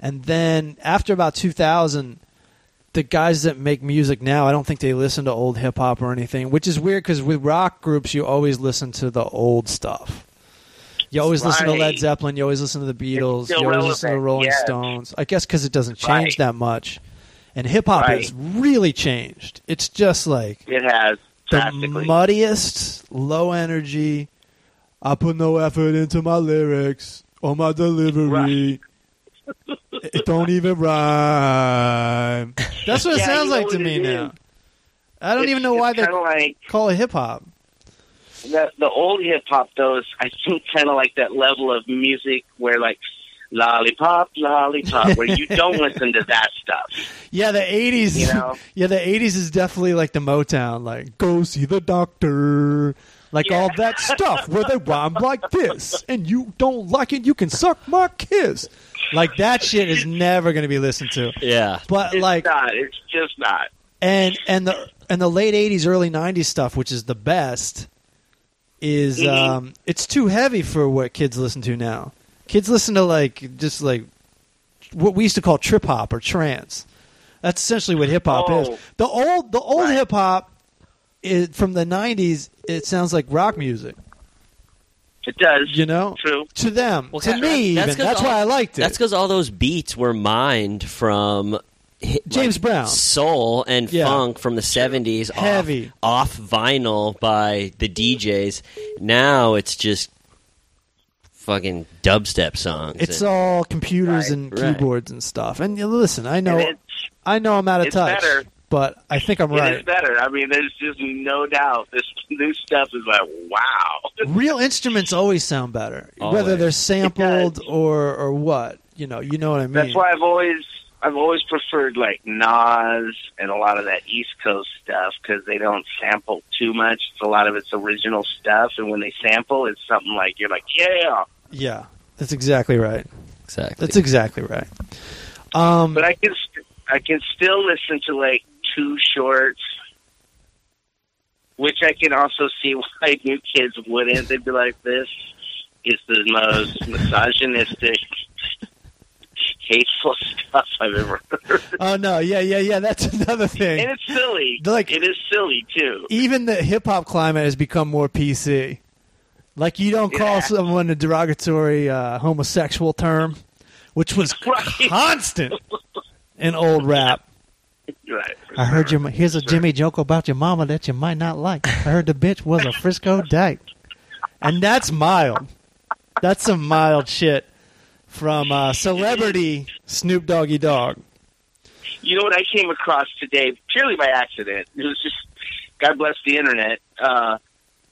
S2: and then after about 2000, the guys that make music now, I don't think they listen to old hip hop or anything, which is weird because with rock groups, you always listen to the old stuff. You always listen to Led
S5: Right.
S2: Zeppelin. You always listen to the Beatles. You
S5: still
S2: always listen to the
S5: relevant,
S2: Rolling
S5: yes.
S2: Stones. I guess because it doesn't change
S5: Right.
S2: that much, and hip hop
S5: Right.
S2: has really changed. It's just like
S5: It has
S2: the
S5: drastically.
S2: muddiest, low energy. I put no effort into my lyrics or my delivery. it don't even
S5: <laughs>
S2: rhyme. That's what it
S5: Yeah,
S2: sounds
S5: you know
S2: like to
S5: what
S2: me
S5: it
S2: now.
S5: is.
S2: I don't
S5: It's-
S2: even know why
S5: it's
S2: they
S5: kinda like
S2: call it hip hop.
S5: the the old hip hop though is I think kind of like that level of music where like lollipop lollipop where
S2: <laughs>
S5: you don't listen to that stuff
S2: Yeah, the '80s.
S5: You know?
S2: <laughs> yeah, the '80s is definitely like the Motown. Like, go see the doctor. Like all that stuff where they rhyme like this, and you don't like it, you can suck my kiss. Like that shit is never going to be listened to.
S3: Yeah.
S2: But
S5: it's
S2: like,
S5: not it's just not
S2: and and the and the late '80s, early '90s stuff, which is the best, is
S5: Mhm.
S2: um, it's too heavy for what kids listen to now. Kids listen to like just like what we used to call trip hop or trance. That's essentially what hip hop
S5: Oh.
S2: is. The old the old
S5: Right.
S2: hip hop is from the '90s. It sounds like rock music.
S5: It does.
S2: You know,
S5: True.
S2: to them,
S3: Well,
S2: to
S3: that-
S2: me, that's, even.
S3: that's 'cause
S2: that's
S3: all-
S2: why I liked it.
S3: That's because all those beats were mined from hi-
S2: James
S3: like,
S2: Brown.
S3: soul and
S2: Yeah.
S3: funk from the seventies,
S2: Heavy.
S3: off, off vinyl by the DJs. Now it's just fucking dubstep songs.
S2: It's
S3: and-
S2: all computers
S5: Right,
S2: and
S3: right.
S2: keyboards and stuff. And you know, listen, I know,
S5: And it's,
S2: I know, I'm out of
S5: it's
S2: touch,
S5: better.
S2: but I think I'm
S5: it is
S2: right.
S5: better. I mean, there's just no doubt. This new stuff is like, wow. <laughs>
S2: Real instruments always sound better, whether
S3: Always.
S2: they're sampled
S5: It does.
S2: or or what. You know, you know what I mean.
S5: That's why I've always I've always preferred like Nas and a lot of that East Coast stuff because they don't sample too much. It's a lot of it's original stuff, and when they sample, it's something like you're like, yeah.
S2: Yeah, that's exactly right.
S3: exactly.
S2: That's exactly right. Um,
S5: But I can st- I can still listen to like two shorts. Which I can also see <laughs> why new kids wouldn't. They'd be like, "This is the most misogynistic, hateful <laughs> stuff I've ever heard."
S2: oh no, yeah, yeah, yeah. That's <laughs> another thing.
S5: And it's silly.
S2: Like-
S5: it is silly too.
S2: even the hip hop climate has become more PC. Like you don't call
S5: Yeah.
S2: someone a derogatory uh, homosexual term, which was
S5: <laughs> Right.
S2: constant in old rap.
S5: Right.
S2: I heard your here's a Jimmy joke about your mama that you might not like. I heard the bitch was a Frisco dyke, and that's mild. That's some mild shit from uh, celebrity Snoop Doggy Dog.
S5: You know what I came across today purely by accident. It was just God bless the internet. Uh,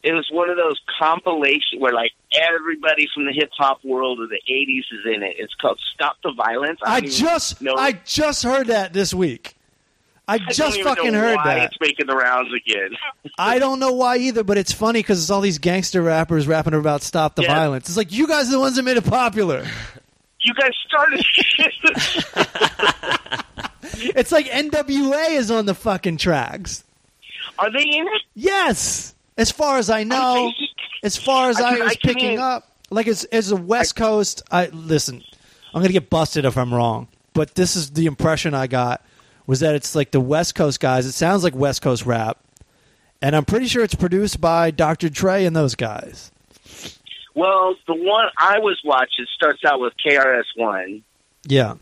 S5: it was one of those compilations where like everybody from the hip hop world of the '80s is in it. It's called "Stop the Violence."
S2: I
S5: don't
S2: just
S5: even know,
S2: I just heard that this week. I
S5: I don't
S2: just
S5: even
S2: fucking
S5: know
S2: heard
S5: why
S2: that.
S5: It's making the rounds again. <laughs>
S2: I don't know why either, but it's funny because it's all these gangster rappers rapping about stop the
S5: Yeah.
S2: violence. It's like you guys are the ones that made it popular.
S5: You guys started. <laughs>
S2: It's like NWA is on the fucking tracks.
S5: Are they in it?
S2: Yes, as far as I know, as far as
S5: I
S2: I,
S5: can- I
S2: was
S5: can
S2: picking
S5: hear-
S2: up, like as as a West Coast. I listen. I'm gonna get busted if I'm wrong, but this is the impression I got was that it's like the West Coast guys. It sounds like West Coast rap, and I'm pretty sure it's produced by Dr. Dre and those guys.
S5: Well, the one I was watching starts out with KRS One.
S2: Yeah.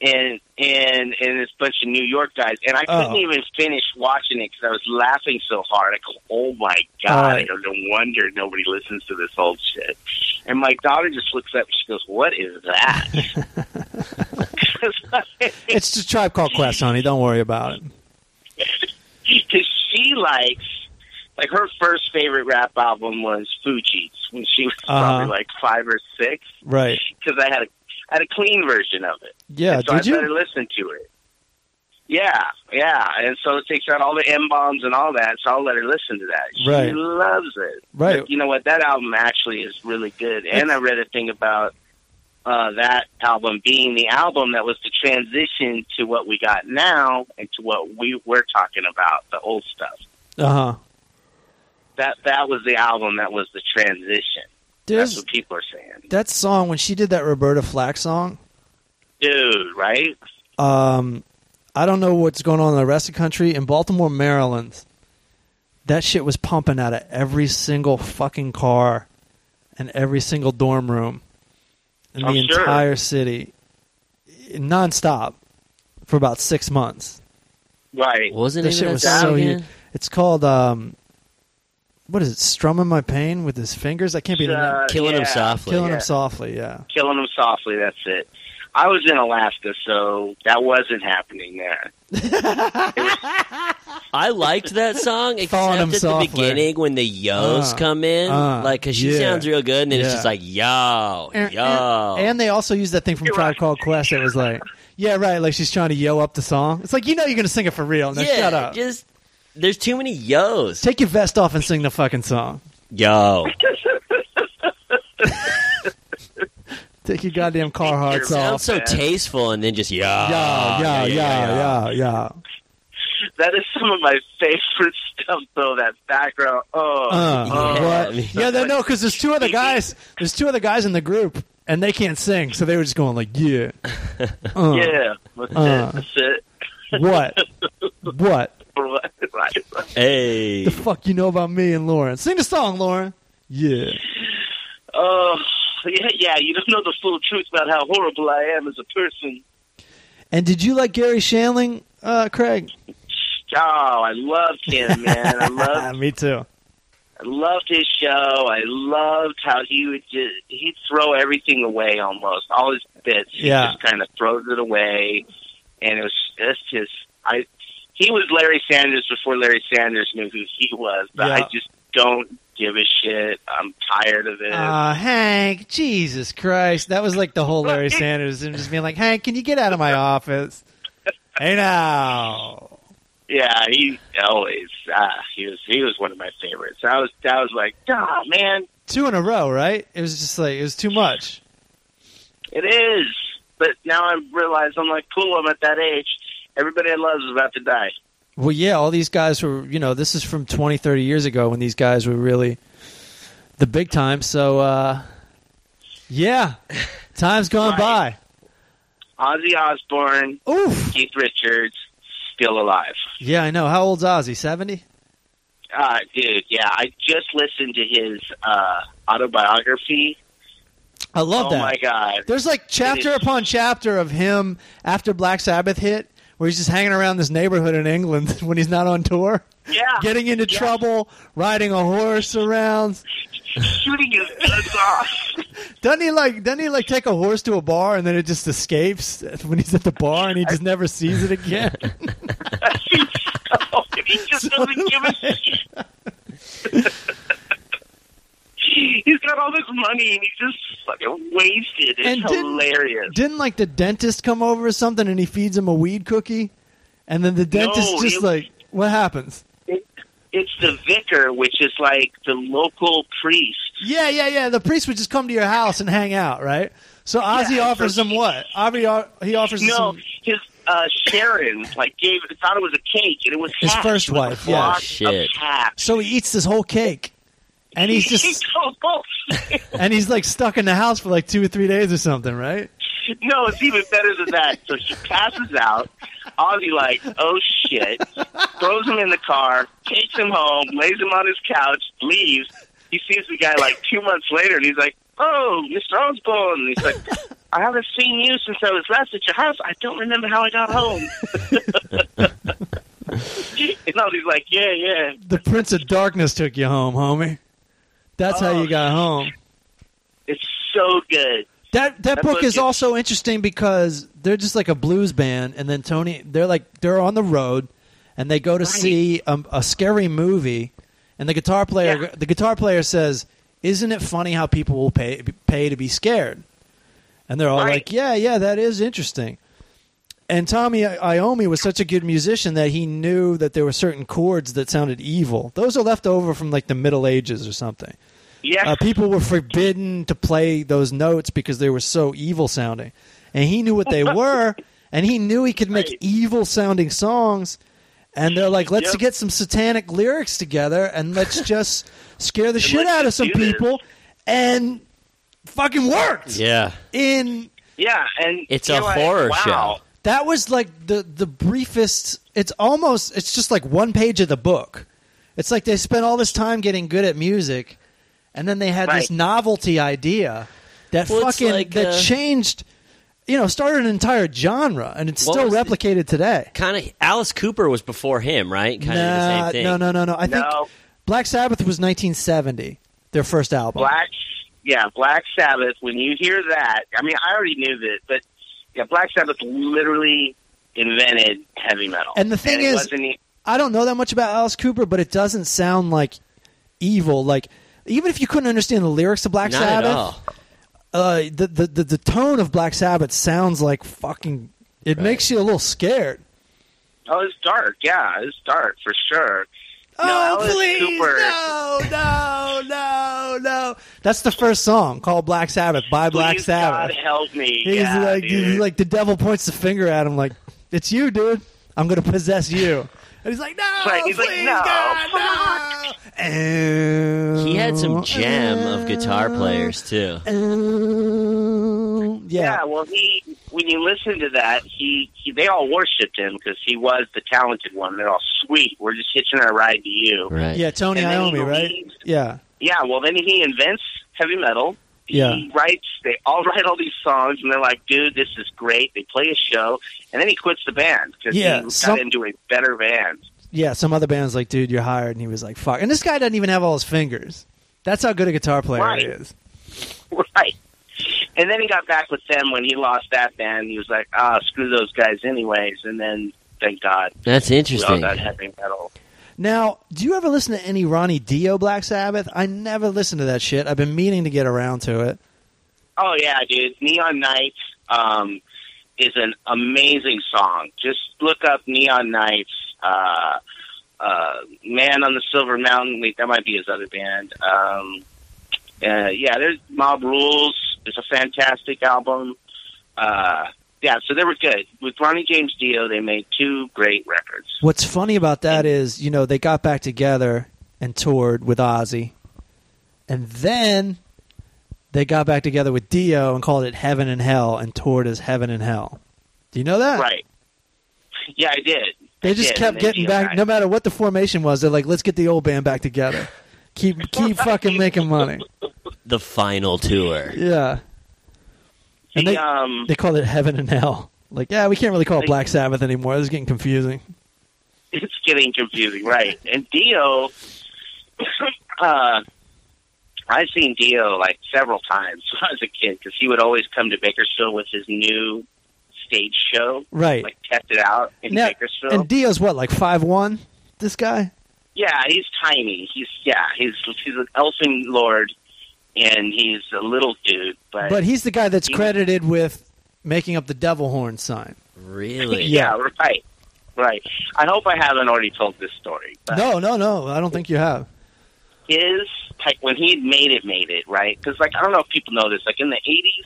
S5: and and and this bunch of New York guys, and I couldn't
S2: Oh.
S5: even finish watching it because I was laughing so hard. I go, "Oh my god!" I
S2: Right.
S5: go, "No wonder nobody listens to this old shit." And my daughter just looks up. She goes, "What is that?"
S2: <laughs>
S5: <laughs>
S2: It's just Tribe Called Quest, honey. Don't worry about it.
S5: Because she likes, like, her first favorite rap album was Fuji's when she was probably
S2: Uh-huh.
S5: like five or six.
S2: Right.
S5: Because I had a I had a clean version of it.
S2: Yeah,
S5: and so
S2: did
S5: I
S2: you?
S5: better listen to it. Yeah, yeah. And so it takes out all the M bombs and all that, so I'll let her listen to that. She
S2: Right.
S5: loves it.
S2: Right.
S5: But you know what? That album actually is really good. And I read a thing about uh, that album being the album that was the transition to what we got now and to what we were talking about, the old stuff.
S2: Uh huh.
S5: That that was the album that was the transition. That's
S2: There's
S5: what people are saying.
S2: that song when she did that Roberta Flack song.
S5: Dude, right?
S2: Um, I don't know what's going on in the rest of the country. In Baltimore, Maryland, that shit was pumping out of every single fucking car and every single dorm room in
S5: I'm
S2: the
S5: sure.
S2: entire city, nonstop, for about six months.
S5: Right.
S3: Wasn't
S2: That
S3: it
S2: shit
S3: that
S2: was
S3: song
S2: so
S3: again?
S2: huge. It's called um, what is it? Strumming my pain with his fingers. I can't be the name.
S5: Uh,
S3: Killing him
S5: yeah.
S3: softly.
S2: Killing
S5: yeah.
S2: him softly. Yeah.
S5: Killing Them Softly, that's it. I was in Alaska, so that wasn't happening there. <laughs>
S3: I liked that song,
S2: <laughs> Falling
S3: except at
S2: softly.
S3: the beginning when the yos
S2: Uh,
S3: come in,
S2: uh,
S3: like because she
S2: yeah.
S3: sounds real good, and then it's
S2: Yeah.
S3: just like yo,
S2: And,
S3: yo,
S2: and- and they also used that thing from
S5: You're
S2: Tribe
S5: right.
S2: Called Quest. It was like, yeah, right. Like she's trying to yo up the song. It's like you know you're gonna sing it for real. Now
S3: yeah,
S2: shut up.
S3: just there's too many yos,
S2: Take your vest off and sing the fucking song.
S3: yo.
S2: Take your goddamn
S5: Your
S2: Carhartts
S5: vest
S2: off.
S3: Sounds so
S5: man.
S3: tasteful, and then just yo, Ah,
S2: Yeah, yeah, yeah, yeah, yeah.
S5: That is some of my favorite <laughs> stuff, though, that background. Oh,
S2: Uh,
S5: oh.
S2: what?
S3: Yeah.
S2: Yeah, they know because there's two other guys. There's two other guys in the group, and they can't sing, so they were just going like, "Yeah, uh,
S5: yeah. That's
S2: Uh.
S5: it. That's it. <laughs>
S2: what, what
S5: Right, right.
S3: Hey,
S2: the fuck you know about me and Lauren? Sing the song, Lauren. Yeah,
S5: Oh, yeah, yeah. You don't know the full truth about how horrible I am as a person.
S2: And did you like Gary Shanling, uh, Craig?
S5: Oh, I loved him, man. I
S2: <laughs>
S5: loved,
S2: Me too.
S5: I loved his show. I loved how he would just he'd throw everything away almost all his bits. He
S2: Yeah.
S5: just kind of throws it away, and it was just just I. He was Larry Sanders before Larry Sanders knew who he was. But
S2: Yeah.
S5: I just don't give a shit. I'm tired of it.
S2: Uh, Hank, Jesus Christ. That was like the whole Larry Sanders and just being like, Hank, can you get out of my office? Hey now.
S5: Yeah, he always uh, he was he was one of my favorites. I was I was like, ah man,
S2: Two in a row, right? It was just like, it was too much.
S5: it is. But now I realize I'm like, cool. I'm at that age. Everybody I love is about to die.
S2: Well, yeah, all these guys were, you know, this is from 20, 30 years ago when these guys were really the big time. So, uh,
S5: <laughs>
S2: yeah, time's gone
S5: Right. Ozzy Osbourne,
S2: by. Oof.
S5: Keith Richards, still alive.
S2: Yeah, I know. How old's Ozzy? 70?
S5: Uh, dude, yeah. I just listened to his uh, autobiography.
S2: I love
S5: oh
S2: that.
S5: my god.
S2: There's like chapter
S5: is-
S2: upon chapter of him after Black Sabbath hit, where he's just hanging around this neighborhood in England <laughs> when he's not on tour,
S5: Ah, Yeah,
S2: getting into trouble, riding a horse around.
S5: shooting his guns off.
S2: Doesn't he like? Doesn't he like take a horse to a bar and then it just escapes <laughs> when he's at the bar and he just never sees it again?
S5: <laughs> <laughs> he just
S2: <laughs>
S5: doesn't give a shit. he's got all this money and he's just fucking wasted. It's
S2: And didn't-
S5: hilarious.
S2: Didn't like the dentist come over or something and he feeds him a weed cookie, and then the dentist
S5: No,
S2: just
S5: it-
S2: like, what happens?
S5: it's the vicar, which is like the local priest.
S2: Yeah, yeah, yeah. The priest would just come to your house and hang out, right? So Ozzy
S5: Yeah,
S2: offers
S5: so
S2: him
S5: he-
S2: what? Ozzy he offers him
S5: No,
S2: some-
S5: his uh, Sharon like gave thought it was a cake and it was
S2: His
S5: hash.
S2: first
S5: It was a
S2: wife, yeah.
S5: block
S3: Shit.
S5: Of hash.
S2: So he eats this whole cake, and
S5: <laughs>
S2: he's just and he's like stuck in the house for like two or three days or something, right?
S5: No, it's even better than that. So she passes out. Ozzy like, oh shit, throws him in the car, takes him home, lays him on his couch, leaves. He sees the guy like two months later, and he's like, oh, Mr. Osborne. And he's like, I haven't seen you since I was last at your house. I don't remember how I got home. <laughs> and Ozzy's like, yeah, yeah.
S2: The Prince of Darkness took you home, homie. That's how
S5: Oh.
S2: you got home.
S5: It's so good.
S2: That that
S5: That
S2: book
S5: book
S2: is
S5: is-
S2: also interesting because they're just like a blues band, and then Tony, they're like they're on the road, and they go to see a, a scary movie, and the guitar player
S5: Yeah.
S2: the guitar player says, "Isn't it funny how people will pay pay to be scared?" And they're all
S5: Right.
S2: like, "Yeah, yeah, that is interesting." And Tommy I- Iommi was such a good musician that he knew that there were certain chords that sounded evil. Those are left over from like the Middle Ages or something
S5: Yeah. <laughs>
S2: uh, people were forbidden to play those notes because they were so evil sounding. And he knew what
S5: <laughs>
S2: they were, and he knew he could make
S5: Right.
S2: evil sounding songs. And they're like, let's
S5: Yep.
S2: get some satanic lyrics together and
S5: <laughs>
S2: let's just scare the shit
S5: let's
S2: out of
S5: just
S2: some
S5: do this.
S2: people. And fucking worked.
S3: Yeah.
S2: In
S5: yeah, and
S3: It's
S5: you're
S3: a
S5: like,
S3: horror
S5: wow.
S3: show.
S2: that was like the the briefest. It's almost. It's just like one page of the book. It's like they spent all this time getting good at music, and then they had this
S5: Right.
S2: novelty idea that
S3: Well, it's
S2: fucking
S3: like,
S2: that
S3: uh,
S2: changed. You know, started an entire genre, and it's
S3: What
S2: still
S3: was the-
S2: replicated today.
S3: Kind of Alice Cooper was before him, right? Kind of the
S2: Nah,
S3: same thing.
S2: no, no, no, no. I think
S5: No.
S2: Black Sabbath was 1970, their first album.
S5: Black, yeah, Black Sabbath. When you hear that, I mean, I already knew this, but yeah, Black Sabbath literally invented heavy metal.
S2: And the thing
S5: it
S2: is-
S5: wasn't e-
S2: I don't know that much about Alice Cooper, but it doesn't sound like evil. Like even if you couldn't understand the lyrics to Black
S3: Not at
S2: Sabbath,
S3: all.
S2: uh, the, the the the tone of Black Sabbath sounds like fucking. It makes you a little scared.
S5: oh, it's dark. Yeah, it's dark for sure. No,
S2: oh
S5: Alice
S2: please!
S5: Cooper-
S2: No, no, no, no. That's the first song called Black Sabbath by Black
S5: Please,
S2: Sabbath.
S5: God help me.
S2: He's
S5: yeah,
S2: like,
S5: dude.
S2: he's like the devil points the finger at him, like, "It's you, dude. I'm gonna possess you." And he's like, "No,
S5: Right, he's
S2: please,
S5: like, "No,
S2: God, no." And-
S3: He had some gem of guitar players too.
S2: And-
S5: yeah.
S2: yeah,
S5: Well, he when you listen to that, he, he they all worshipped him because he was the talented one. They're all sweet. We're just hitching our ride to you.
S3: Right.
S2: yeah. Tony
S5: And then he
S2: Iommi, right?
S5: believes-
S2: Yeah.
S5: Yeah. Well, then he invents heavy metal. He
S2: Yeah.
S5: writes. They all <laughs> write all these songs, and they're like, "Dude, this is great." They play a show, and then he quits the band because
S2: Yeah,
S5: he got
S2: some-
S5: into a better band. <laughs>
S2: Yeah, some other band's like, dude, you're hired, and he was like, fuck. And this guy doesn't even have all his fingers. That's how good a guitar player
S5: Right.
S2: he is.
S5: Right. And then he got back with them when he lost that band. He was like, ah, screw those guys anyways. And then, thank God,
S3: That's
S5: we all
S3: interesting.
S5: got heavy metal.
S2: Now, do you ever listen to any Ronnie Dio Black Sabbath? I never listened to that shit. I've been meaning to get around to it.
S5: Oh, yeah, dude. Neon Nights um, is an amazing song. Just look up Neon Nights. Uh, uh, Man on the Silver Mountain. Wait, that might be his other band. Um, uh, yeah, there's Mob Rules. It's a fantastic album. Uh, yeah, so they were good. With Ronnie James Dio, they made two great records.
S2: What's funny about that is, you know, they got back together and toured with Ozzy, and then they got back together with Dio and called it Heaven and Hell and toured as Heaven and Hell. Do you know that?
S5: Right. Yeah, I did.
S2: They just
S5: Yeah,
S2: kept
S5: and then
S2: getting
S5: Dio
S2: back,
S5: died.
S2: no matter what the formation was. They're like, let's get the old band back together. Keep keep fucking making money.
S3: the final tour.
S2: Yeah,
S5: The,
S2: and they-
S5: um,
S2: they called it Heaven and Hell. Like, yeah, we can't really call it Black Sabbath anymore. This is getting confusing.
S5: it's getting confusing, right? And Dio, <clears throat> uh, I've seen Dio like several times when I was a kid because he would always come to Bakersfield with his new stage show,
S2: Right.
S5: like test it out in
S2: Now-
S5: Bakersfield.
S2: and Dio's what, like five one? This guy?
S5: yeah, he's tiny. He's yeah, he's he's an elfin lord, and he's a little dude, but,
S2: But he's the guy that's
S5: He-
S2: credited with making up the devil horn sign.
S3: Really?
S5: yeah, right, right. I hope I haven't already told this story. But
S2: No, no, no. I don't think you have.
S5: his like when he made it, made it right because like I don't know if people know this, like in the eighties,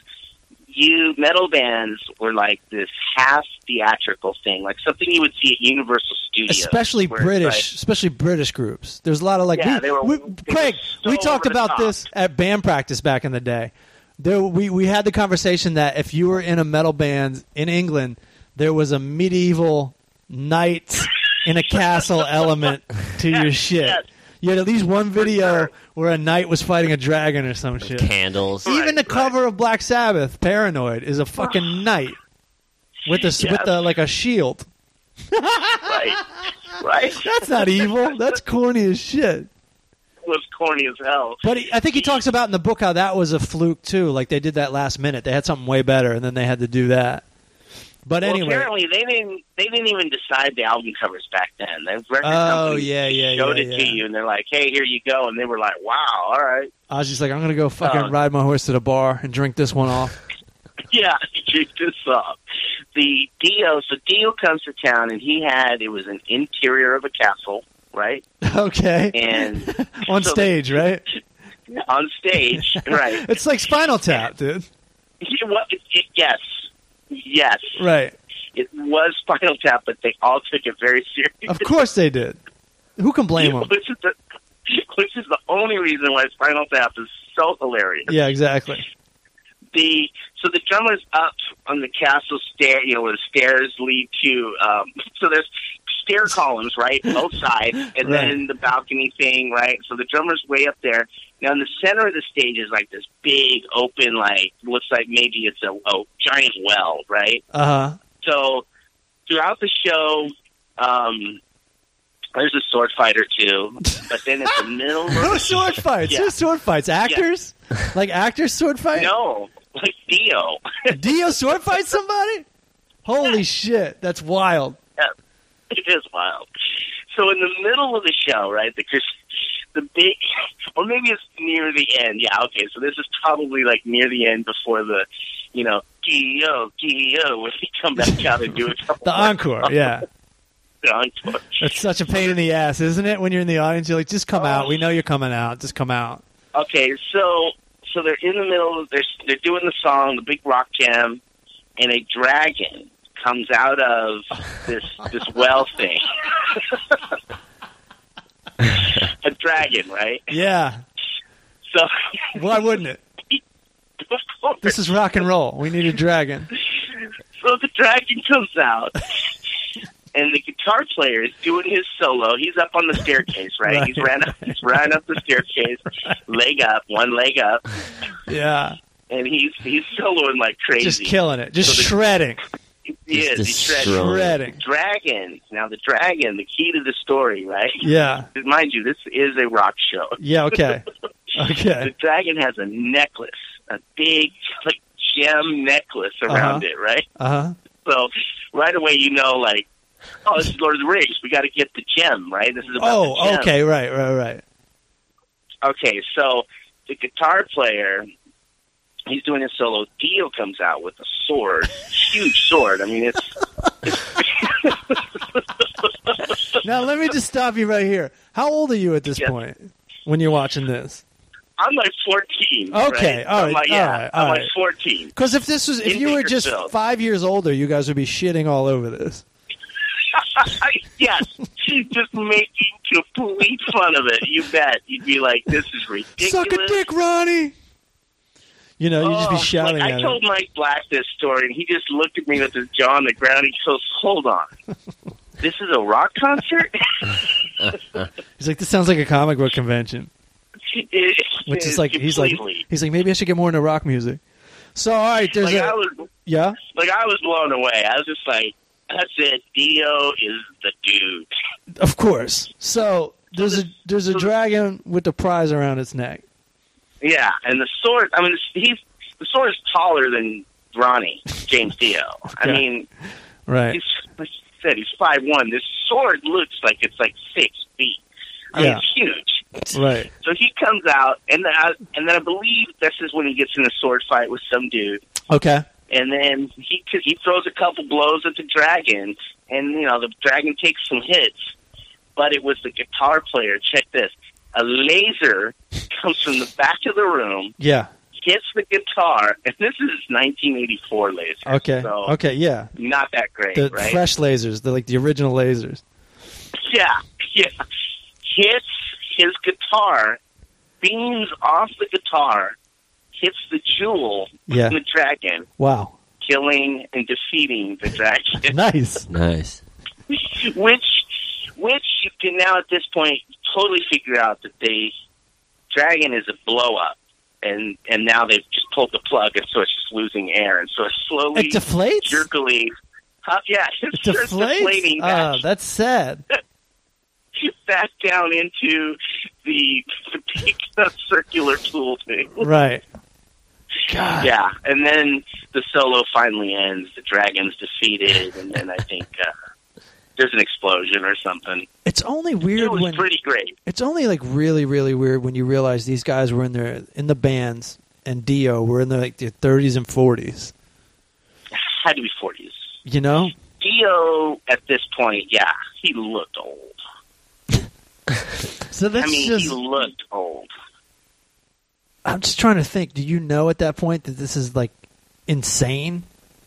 S5: you metal bands were like this half theatrical thing, like something you would see at Universal Studios,
S2: Especially
S5: where it's
S2: British,
S5: like-
S2: especially British groups. There's a lot of like
S5: Yeah,
S2: we-
S5: they were-
S2: we-
S5: they were
S2: Craig,
S5: so
S2: we talked
S5: over the
S2: about
S5: top.
S2: this at band practice back in the day. There we we had the conversation that if you were in a metal band in England, there was a medieval knight in a castle
S5: <laughs>
S2: element to your shit.
S5: yes.
S2: You had at least one video
S5: sure.
S2: where a knight was fighting a dragon or some shit.
S3: Candles.
S5: Right,
S2: Even the
S5: right.
S2: cover of Black Sabbath, "Paranoid," is a fucking
S5: <sighs>
S2: knight with the
S5: Yes.
S2: with the like a shield.
S5: right, right, <laughs>
S2: That's not evil. That's corny as shit.
S5: was corny as hell.
S2: But he, I think he talks about in the book how that was a fluke too. Like they did that last minute. They had something way better, and then they had to do that. But
S5: Well,
S2: anyway,
S5: apparently they didn't. They didn't even decide the album covers back then. The record
S2: Oh,
S5: company
S2: yeah, yeah,
S5: showed
S2: yeah,
S5: it
S2: yeah.
S5: to you, and they're like, "Hey, here you go," and they were like, "Wow, all right,
S2: I was just like, I'm gonna go fucking
S5: Oh.
S2: ride my horse to the bar and drink this one off. <laughs>
S5: Yeah, <laughs> check this up. The Dio, so Dio comes to town, and he had it was an interior of a castle, right?
S2: okay,
S5: And
S2: <laughs> on
S5: so-
S2: stage, right?
S5: <laughs> on
S2: <laughs>
S5: stage, right?
S2: It's like Spinal Tap, dude.
S5: It, wa- it, it, yes, yes,
S2: Right?
S5: it was Spinal Tap, but they all took it very seriously.
S2: Of course they did. Who can blame them?
S5: <laughs> which is the which is the only reason why Spinal Tap is so hilarious.
S2: Yeah, exactly.
S5: the so the drummer's up on the castle stair, you know, where the stairs lead to. Um, <laughs> so there's stair columns, right, both sides, and then the balcony thing, right. So the drummer's way up there. Now in the center of the stage is like this big open, like looks like maybe it's a, a giant well, right.
S2: Uh huh.
S5: So throughout the show, um, there's a sword fight or two, but then at the middle, of
S2: Who sword fights?
S5: Yeah.
S2: Who sword fights? Actors? Like actors sword fight?
S5: no, like Dio.
S2: Dio sword fight somebody? Holy shit, that's wild.
S5: <laughs> It is wild. So in the middle of the show, right? Because the big, or maybe it's near the end. Yeah, okay. So this is probably like near the end before the, you know, Gio, Gio, when they
S2: <laughs>
S5: come back out and do a couple
S2: The encore, yeah.
S5: the <laughs> encore.
S2: That's such a pain in the ass, isn't it? When you're in the audience, you're like, just come out. We know you're coming out. Just come out.
S5: Okay, so so they're in the middle. They're they're doing the song, the big rock jam, and a dragon comes out of this this well thing. <laughs> a dragon, right?
S2: Yeah.
S5: So
S2: Why wouldn't it? <laughs> This is rock and roll. We need a dragon.
S5: so the dragon comes out and the guitar player is doing his solo. He's up on the staircase, right? He's
S2: Right.
S5: ran up, he's ran up the staircase, leg up, one leg up,
S2: Yeah,
S5: and he's he's soloing like crazy.
S2: just killing it, just
S5: So the-
S2: shredding,
S3: Just
S5: yeah, he's shredding.
S3: destroying.
S2: shredding.
S5: Dragon. Now the dragon, the key to the story, right?
S2: Yeah,
S5: Mind you, this is a rock show.
S2: yeah. Okay,
S5: The
S2: okay.
S5: dragon has a necklace, a big like gem necklace around
S2: Uh-huh.
S5: it, right?
S2: Uh huh.
S5: So right away you know like oh this is Lord of the Rings, we gotta get the gem, right? This is about the
S2: Oh,
S5: gem.
S2: okay. Right, right, right.
S5: Okay, so the guitar player he's doing his solo, Dio comes out with a sword, huge sword. I mean it's
S2: Now let me just stop you right here. How old are you at this
S5: Yeah.
S2: point when you're watching this?
S5: I'm like fourteen.
S2: Okay,
S5: right?
S2: all
S5: I'm
S2: right,
S5: like,
S2: all
S5: yeah,
S2: right,
S5: I'm
S2: all
S5: like
S2: right.
S5: fourteen.
S2: Because if this was, if you were just
S5: Yourself.
S2: five years older, you guys would be shitting all over this.
S5: yes, she's just making complete fun of it. You bet. You'd be like, "This is ridiculous."
S2: Suck a dick, Ronnie. You know, you'd just
S5: Oh,
S2: be shouting
S5: like,
S2: at
S5: I
S2: him.
S5: told Mike Black this story, and he just looked at me with his jaw on the ground. He goes, "Hold on, this is a rock concert." <laughs>
S2: He's like, this sounds like a comic book convention.
S5: It
S2: Which is like, he's like,
S5: completely.
S2: he's like, maybe I should get more into rock music. So, all right, there's
S5: like
S2: a,
S5: I was,
S2: yeah.
S5: like I was blown away. I was just like, "That's it. Dio is the dude."
S2: Of course. So there's a
S5: this-
S2: there's a
S5: so-
S2: dragon with the prize around its neck.
S5: Yeah, and the sword. I mean, he's the sword is taller than Ronnie James Dio.
S2: <laughs>
S5: I
S2: Okay.
S5: mean.
S2: Right.
S5: he's like you said he's five one. This sword looks like it's like six feet. I mean,
S2: Yeah.
S5: it's huge.
S2: Right.
S5: So he comes out, and then I, and then I believe this is when he gets in a sword fight with some dude,
S2: Okay.
S5: and then he he throws a couple blows at the dragon, and you know the dragon takes some hits, but it was the guitar player. Check this: a laser <laughs> comes from the back of the room,
S2: Yeah.
S5: hits the guitar, and this is 1984 laser.
S2: Okay.
S5: so
S2: Okay. Yeah.
S5: not that great,
S2: The
S5: right?
S2: fresh lasers. They're like the original lasers.
S5: Yeah, yeah. Hits his guitar, beams off the guitar, hits the jewel
S2: Yeah.
S5: in the dragon,
S2: Wow.
S5: killing and defeating the
S2: <laughs>
S5: dragon.
S2: Nice.
S3: Nice.
S5: <laughs> which, which you can now at this point totally figure out that the dragon is a blow up. And and now they've just pulled the plug, and so it's just losing air, and so it's slowly,
S2: It deflates.
S5: jerkily, huh, yeah, <laughs>
S2: It
S5: it's just
S2: deflates.
S5: deflating back
S2: Ah, that's sad.
S5: <laughs> back down into the, the <laughs> big circular tool thing. <laughs>
S2: Right. God.
S5: Yeah, and then the solo finally ends. The dragon's defeated, and then I think uh, there's an explosion or something.
S2: It's only
S5: It
S2: weird
S5: was
S2: when
S5: pretty great.
S2: it's only like really really weird when you realize these guys were in their in the bands and Dio were in their like their 30s and 40s.
S5: Had to be 40s.
S2: You know?
S5: Dio at this point, yeah, he looked old.
S2: So that's
S5: I mean,
S2: just
S5: he looked old.
S2: I'm just trying to think. Do you know at that point that this is like insane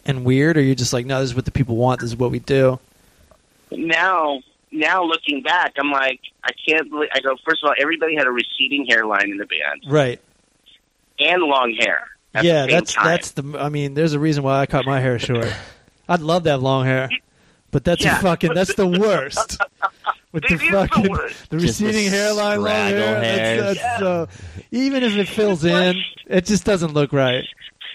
S2: and weird, or you're just like, no, this is what the people want. This is what we do.
S5: Now, now looking back, I'm like, I can't believe. I go. First of all, everybody had a receding hairline in the band
S2: Right?
S5: and long hair. At
S2: yeah.
S5: the same
S2: That's
S5: time.
S2: that's the. I mean, there's a reason why I cut my hair short. I'd love to have long hair, but that's a
S5: Yeah.
S2: fucking. That's the
S5: <laughs>
S2: worst. With
S5: It
S2: the
S5: is the
S2: fucking
S5: worst.
S2: the
S3: Just the
S2: receding hairline, long
S3: scraggle
S2: hair.
S3: hairs.
S2: That's, uh, that's so. Even if it fills in, it just doesn't look right.
S5: <laughs>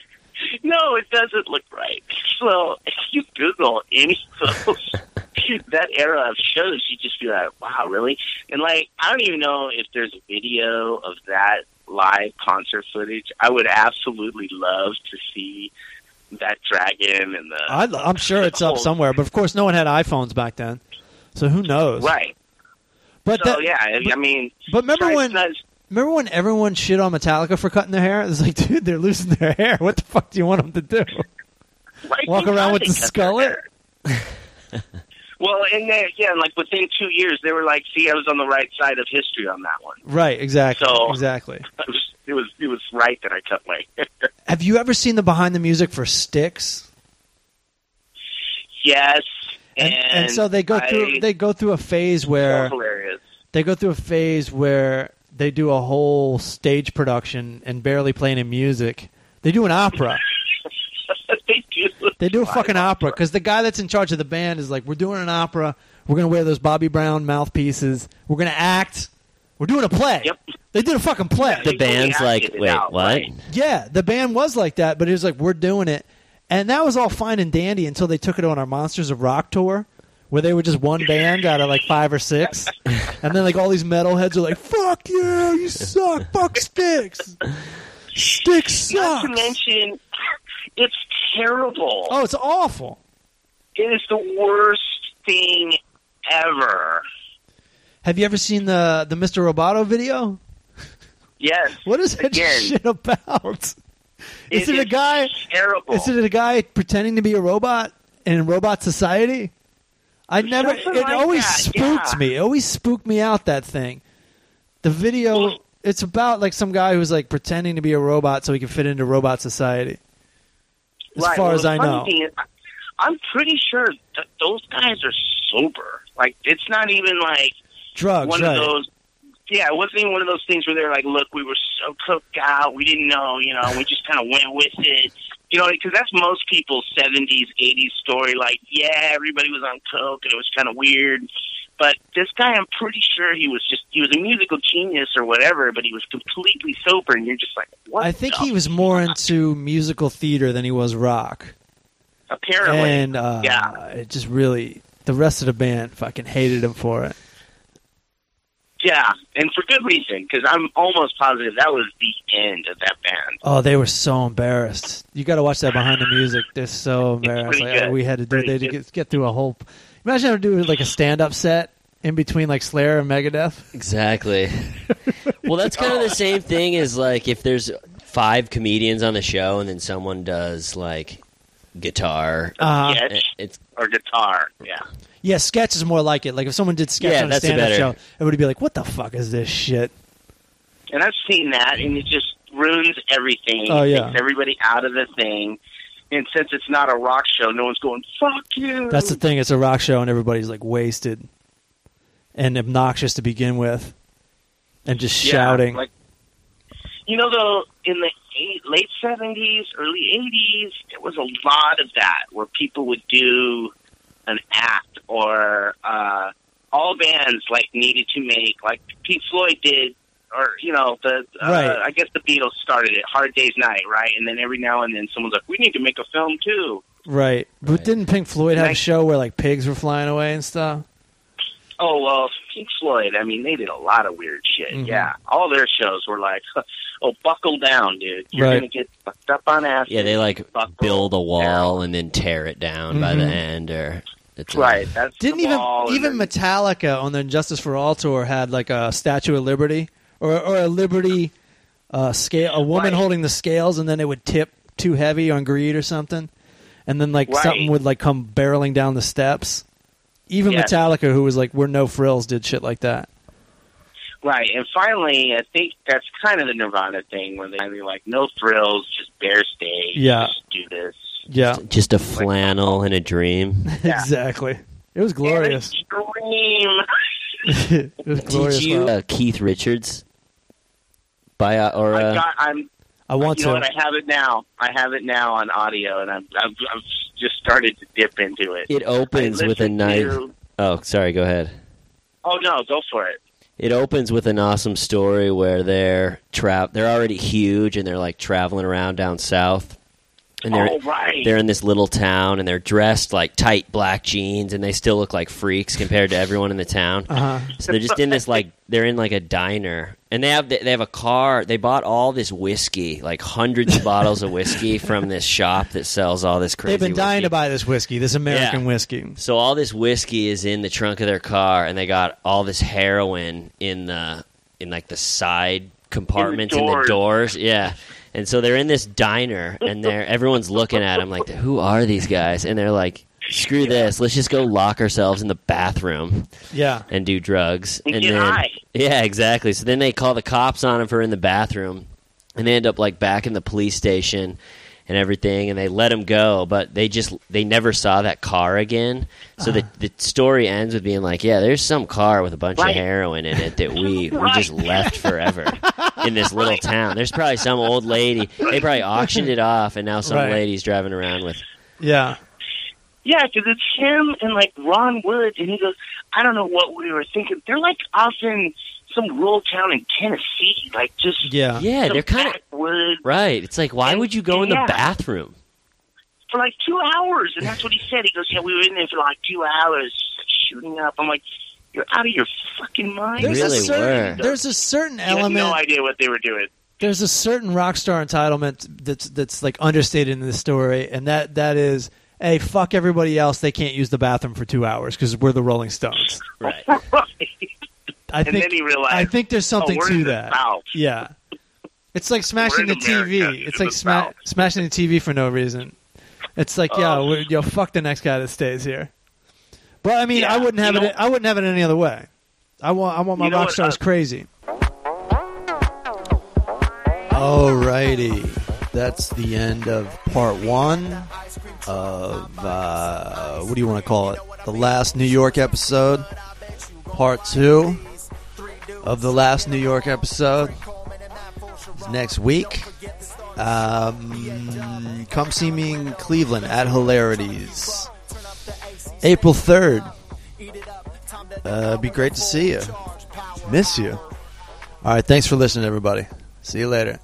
S5: No, it doesn't look right. So if you Google any of those, <laughs> that era of shows, you just be like, wow, really? And like, I don't even know if there's a video of that live concert footage. I would absolutely love to see that dragon and the
S2: I, I'm sure it's up somewhere, but of course, no one had iPhones back then, so who knows?
S5: right.
S2: But
S5: so
S2: that,
S5: yeah, I, I mean,
S2: but remember
S5: try-
S2: when Remember when everyone shit on Metallica for cutting their hair? It's like, <laughs> dude, they're losing their hair. What the fuck do you want them to do?
S5: why
S2: Walk
S5: didn't
S2: around with
S5: they
S2: the
S5: cut their
S2: skullet?
S5: hair? Well, and then again, like within two years, they were like, "See, I was on the right side of history on that one."
S2: Right, exactly.
S5: So-
S2: Exactly.
S5: It was, it was, it was right that I cut my hair. <laughs>
S2: Have you ever seen the behind the music for Sticks?
S5: Yes. And,
S2: so they go
S5: I-
S2: through they go through a phase
S5: they're
S2: where
S5: hilarious. <laughs>
S2: they go through a phase where they do a whole stage production and barely play any music. They do an opera.
S5: they do.
S2: They do a
S5: Why
S2: fucking
S5: not?
S2: opera because the guy that's in charge of the band is like, "We're doing an opera. We're gonna wear those Bobby Brown mouthpieces. We're gonna act. We're doing a play."
S5: Yep.
S2: They did a fucking play.
S5: Yeah,
S3: The
S5: They
S3: band's
S5: really
S3: like,
S5: acted it
S3: wait,
S5: out,
S3: what?
S5: right.
S2: Yeah, the band was like that, but it was like we're doing it, and that was all fine and dandy until they took it on our Monsters of Rock tour, where they were just one band out of like five or
S5: <laughs>
S2: six, and then like all these metalheads are like, "Fuck you, you suck, fuck Sticks, Sticks
S5: Not to
S2: sucks."
S5: mention, it's terrible.
S2: Oh, it's awful.
S5: It is the worst thing ever.
S2: Have you ever seen the the Mr. Roboto video?
S5: Yes.
S2: What is that
S5: Again,
S2: shit about? Is it,
S5: is
S2: a guy?
S5: Terrible.
S2: Is it a guy pretending to be a robot in robot society? I never.
S5: Something
S2: it
S5: like
S2: always
S5: that,
S2: spooked
S5: yeah.
S2: me. It always spooked me out. That thing. The video. It's about like some guy who's like pretending to be a robot so he can fit into robot society. As
S5: Right,
S2: far
S5: well,
S2: as
S5: the
S2: I
S5: funny
S2: know,
S5: thing is, I- I'm pretty sure th- those guys are sober. Like, it's not even like
S2: drugs.
S5: one
S2: right?
S5: of those. Yeah, it wasn't even one of those things where they're like, "Look, we were so cooked out, we didn't know, you know, we just kind of went with it." You know, because that's most people's '70s, '80s story. Like, yeah, everybody was on coke, and it was kind of weird. But this guy, I'm pretty sure he was just—he was a musical genius or whatever, but he was completely sober, and you're just like, "What?"
S2: I think
S5: the-
S2: he was more into musical theater than he was rock.
S5: apparently,
S2: And uh,
S5: Yeah.
S2: it just really the rest of the band fucking hated him for it.
S5: yeah, and for good reason, because I'm almost positive that was the end of that band.
S2: Oh, they were so embarrassed. You got to watch that behind the music. They're so embarrassed.
S5: pretty
S2: Like, oh,
S5: good.
S2: we had to do
S5: Pretty
S2: they had to
S5: good.
S2: get, get through a whole. Imagine having to do like a stand-up set in between like Slayer and Megadeth.
S3: Exactly. well, that's kind of the same thing as like if there's five comedians on the show and then someone does like guitar. eh,
S2: Uh,
S5: Sketch
S3: It's
S5: or guitar, yeah.
S2: yeah, sketch is more like it. Like if someone did sketch
S3: Yeah,
S2: on a
S3: that's a
S2: stand-up
S3: better-
S2: show, it would be like, "What the fuck is this shit?"
S5: And I've seen that, and it just ruins everything.
S2: Oh, yeah.
S5: It takes everybody out of the thing. And since it's not a rock show, no one's going, fuck you.
S2: That's the thing. It's a rock show, and everybody's like wasted and obnoxious to begin with, and just
S5: Yeah,
S2: shouting.
S5: Like, you know, though, in the eight, late 70s, early 80s, there was a lot of that where people would do an act or uh, all bands, like, needed to make, like Pete Floyd did. Or you know the uh,
S2: Right.
S5: I guess the Beatles started it Hard Days Night right and then every now and then someone's like we need to make a film too
S2: Right. But
S3: Right.
S2: didn't Pink Floyd have a
S5: Nice.
S2: show where like pigs were flying away and stuff?
S5: Oh well, Pink Floyd. I mean, they did a lot of weird shit.
S2: Mhm.
S5: Yeah, all their shows were like, <laughs> "Oh, buckle down, dude. You're
S2: Right.
S5: gonna get fucked up on ass."
S3: yeah, they like
S5: Buckle
S3: build a wall
S5: down.
S3: and then tear it down by
S2: Mhm.
S3: the end or it's a-
S5: Right. That's
S2: Didn't
S5: the
S2: even
S5: wall, and
S2: even
S5: then-
S2: Metallica on their Justice for All tour had like a Statue of Liberty or or a Liberty uh, scale, a woman
S5: Right.
S2: holding the scales, and then it would tip too heavy on greed or something, and then like
S5: Right.
S2: something would like come barreling down the steps. Even
S5: Yes.
S2: Metallica, who was like, "We're no frills," did shit like that.
S5: right. And finally, I think that's kind of the Nirvana thing where they are like, "No frills, just bare stage.
S2: Yeah.
S5: Just do this."
S2: Yeah,
S3: Just a flannel and a dream.
S2: <laughs>
S5: Yeah.
S2: exactly. It was glorious.
S5: And I scream.
S2: <laughs> it was <laughs> glorious.
S3: Did you
S2: wow.
S3: uh, Keith Richards bio or
S5: I
S3: uh,
S5: got. I'm.
S2: I want
S5: you
S2: to.
S5: know what? I have it now. I have it now on audio, and I'm. I've, I've just started to dip into it.
S3: it opens
S5: I
S3: with a
S5: listened
S3: nice.
S5: to-
S3: Oh, sorry. Go ahead.
S5: Oh no, go for it.
S3: It opens with an awesome story where they're tra- they're already huge and they're like traveling around down south. And they're
S5: oh right.
S3: they're in this little town and they're dressed like tight black jeans and they still look like freaks compared to everyone in the town.
S2: uh-huh.
S3: So they're just in this like they're in like a diner and they have they have a car. They bought all this whiskey, like hundreds of bottles of whiskey from this shop that sells all this crazy
S2: They've been dying
S3: whiskey.
S2: to buy this whiskey, this American
S3: Yeah.
S2: whiskey.
S3: So all this whiskey is in the trunk of their car, and they got all this heroin in the in like the side compartments in the,
S5: doors.
S3: doors. Yeah. And so they're in this diner, and they're everyone's looking at them like, "Who are these guys?" And they're like, "Screw this! Let's just go lock ourselves in the bathroom
S2: Yeah.
S3: and do drugs."
S5: And get
S3: then,
S5: high.
S3: <laughs> yeah, exactly. So then they call the cops on him for in the bathroom, and they end up like back in the police station and everything, and they let him go. But they just they never saw that car again. So
S5: <sighs>
S3: the the story ends with being like, yeah, there's some car with a bunch of
S5: Right.
S3: heroin in it that
S5: <laughs>
S3: we we just
S5: Right.
S3: left forever in this little town. There's probably some old lady. They probably auctioned it off, and now some
S2: Right.
S3: lady's driving around with
S2: Yeah.
S5: Yeah, because it's him and like Ron Wood, and he goes, I don't know what we were thinking. They're like off in some rural town in Tennessee, like just
S2: Yeah.
S3: Yeah,
S5: some
S3: they're kind of
S5: backwoods
S3: right. It's like, why
S5: Uh, And-
S3: would you go in the
S5: yeah.
S3: bathroom?
S5: for like two hours, and
S3: <laughs>
S5: that's what he said. He goes, Yeah, we were in there for like two hours shooting up. I'm like, You're out of your fucking mind.
S2: There's
S3: really
S2: a certain,
S3: were.
S2: there's a certain
S5: You had
S2: element.
S5: no idea what they were doing.
S2: there's a certain rock star entitlement that's that's like understated in this story, and that that is, hey, fuck everybody else. They can't use the bathroom for two hours because we're the Rolling Stones.
S3: Right.
S2: I
S5: and
S2: think
S5: then he realized,
S2: I think there's something
S5: oh, we're
S2: to
S5: in the
S2: that.
S5: South.
S2: Yeah, it's like smashing
S5: We're
S2: the
S5: in America,
S2: TV.
S5: it's
S2: It's
S5: in
S2: like
S5: the
S2: sma-
S5: South.
S2: smashing the TV for no reason. It's like, yeah,
S5: Oh.
S2: we're, yo, fuck the next guy that stays here. But I mean,
S5: Yeah,
S2: I wouldn't have
S5: you
S2: it.
S5: know-
S2: I wouldn't have it any other way. I want. I want my
S5: You know
S2: rock
S5: what,
S2: stars
S5: uh,
S2: crazy.
S6: Alrighty. That's the end of part one of, uh, what do you want to call it? The last New York episode. Part two of the last New York episode is next week. Um, come see me in Cleveland at Hilarities. April 3rd. Uh, be great to see you. Miss you. All right. Thanks for listening, everybody. See you later.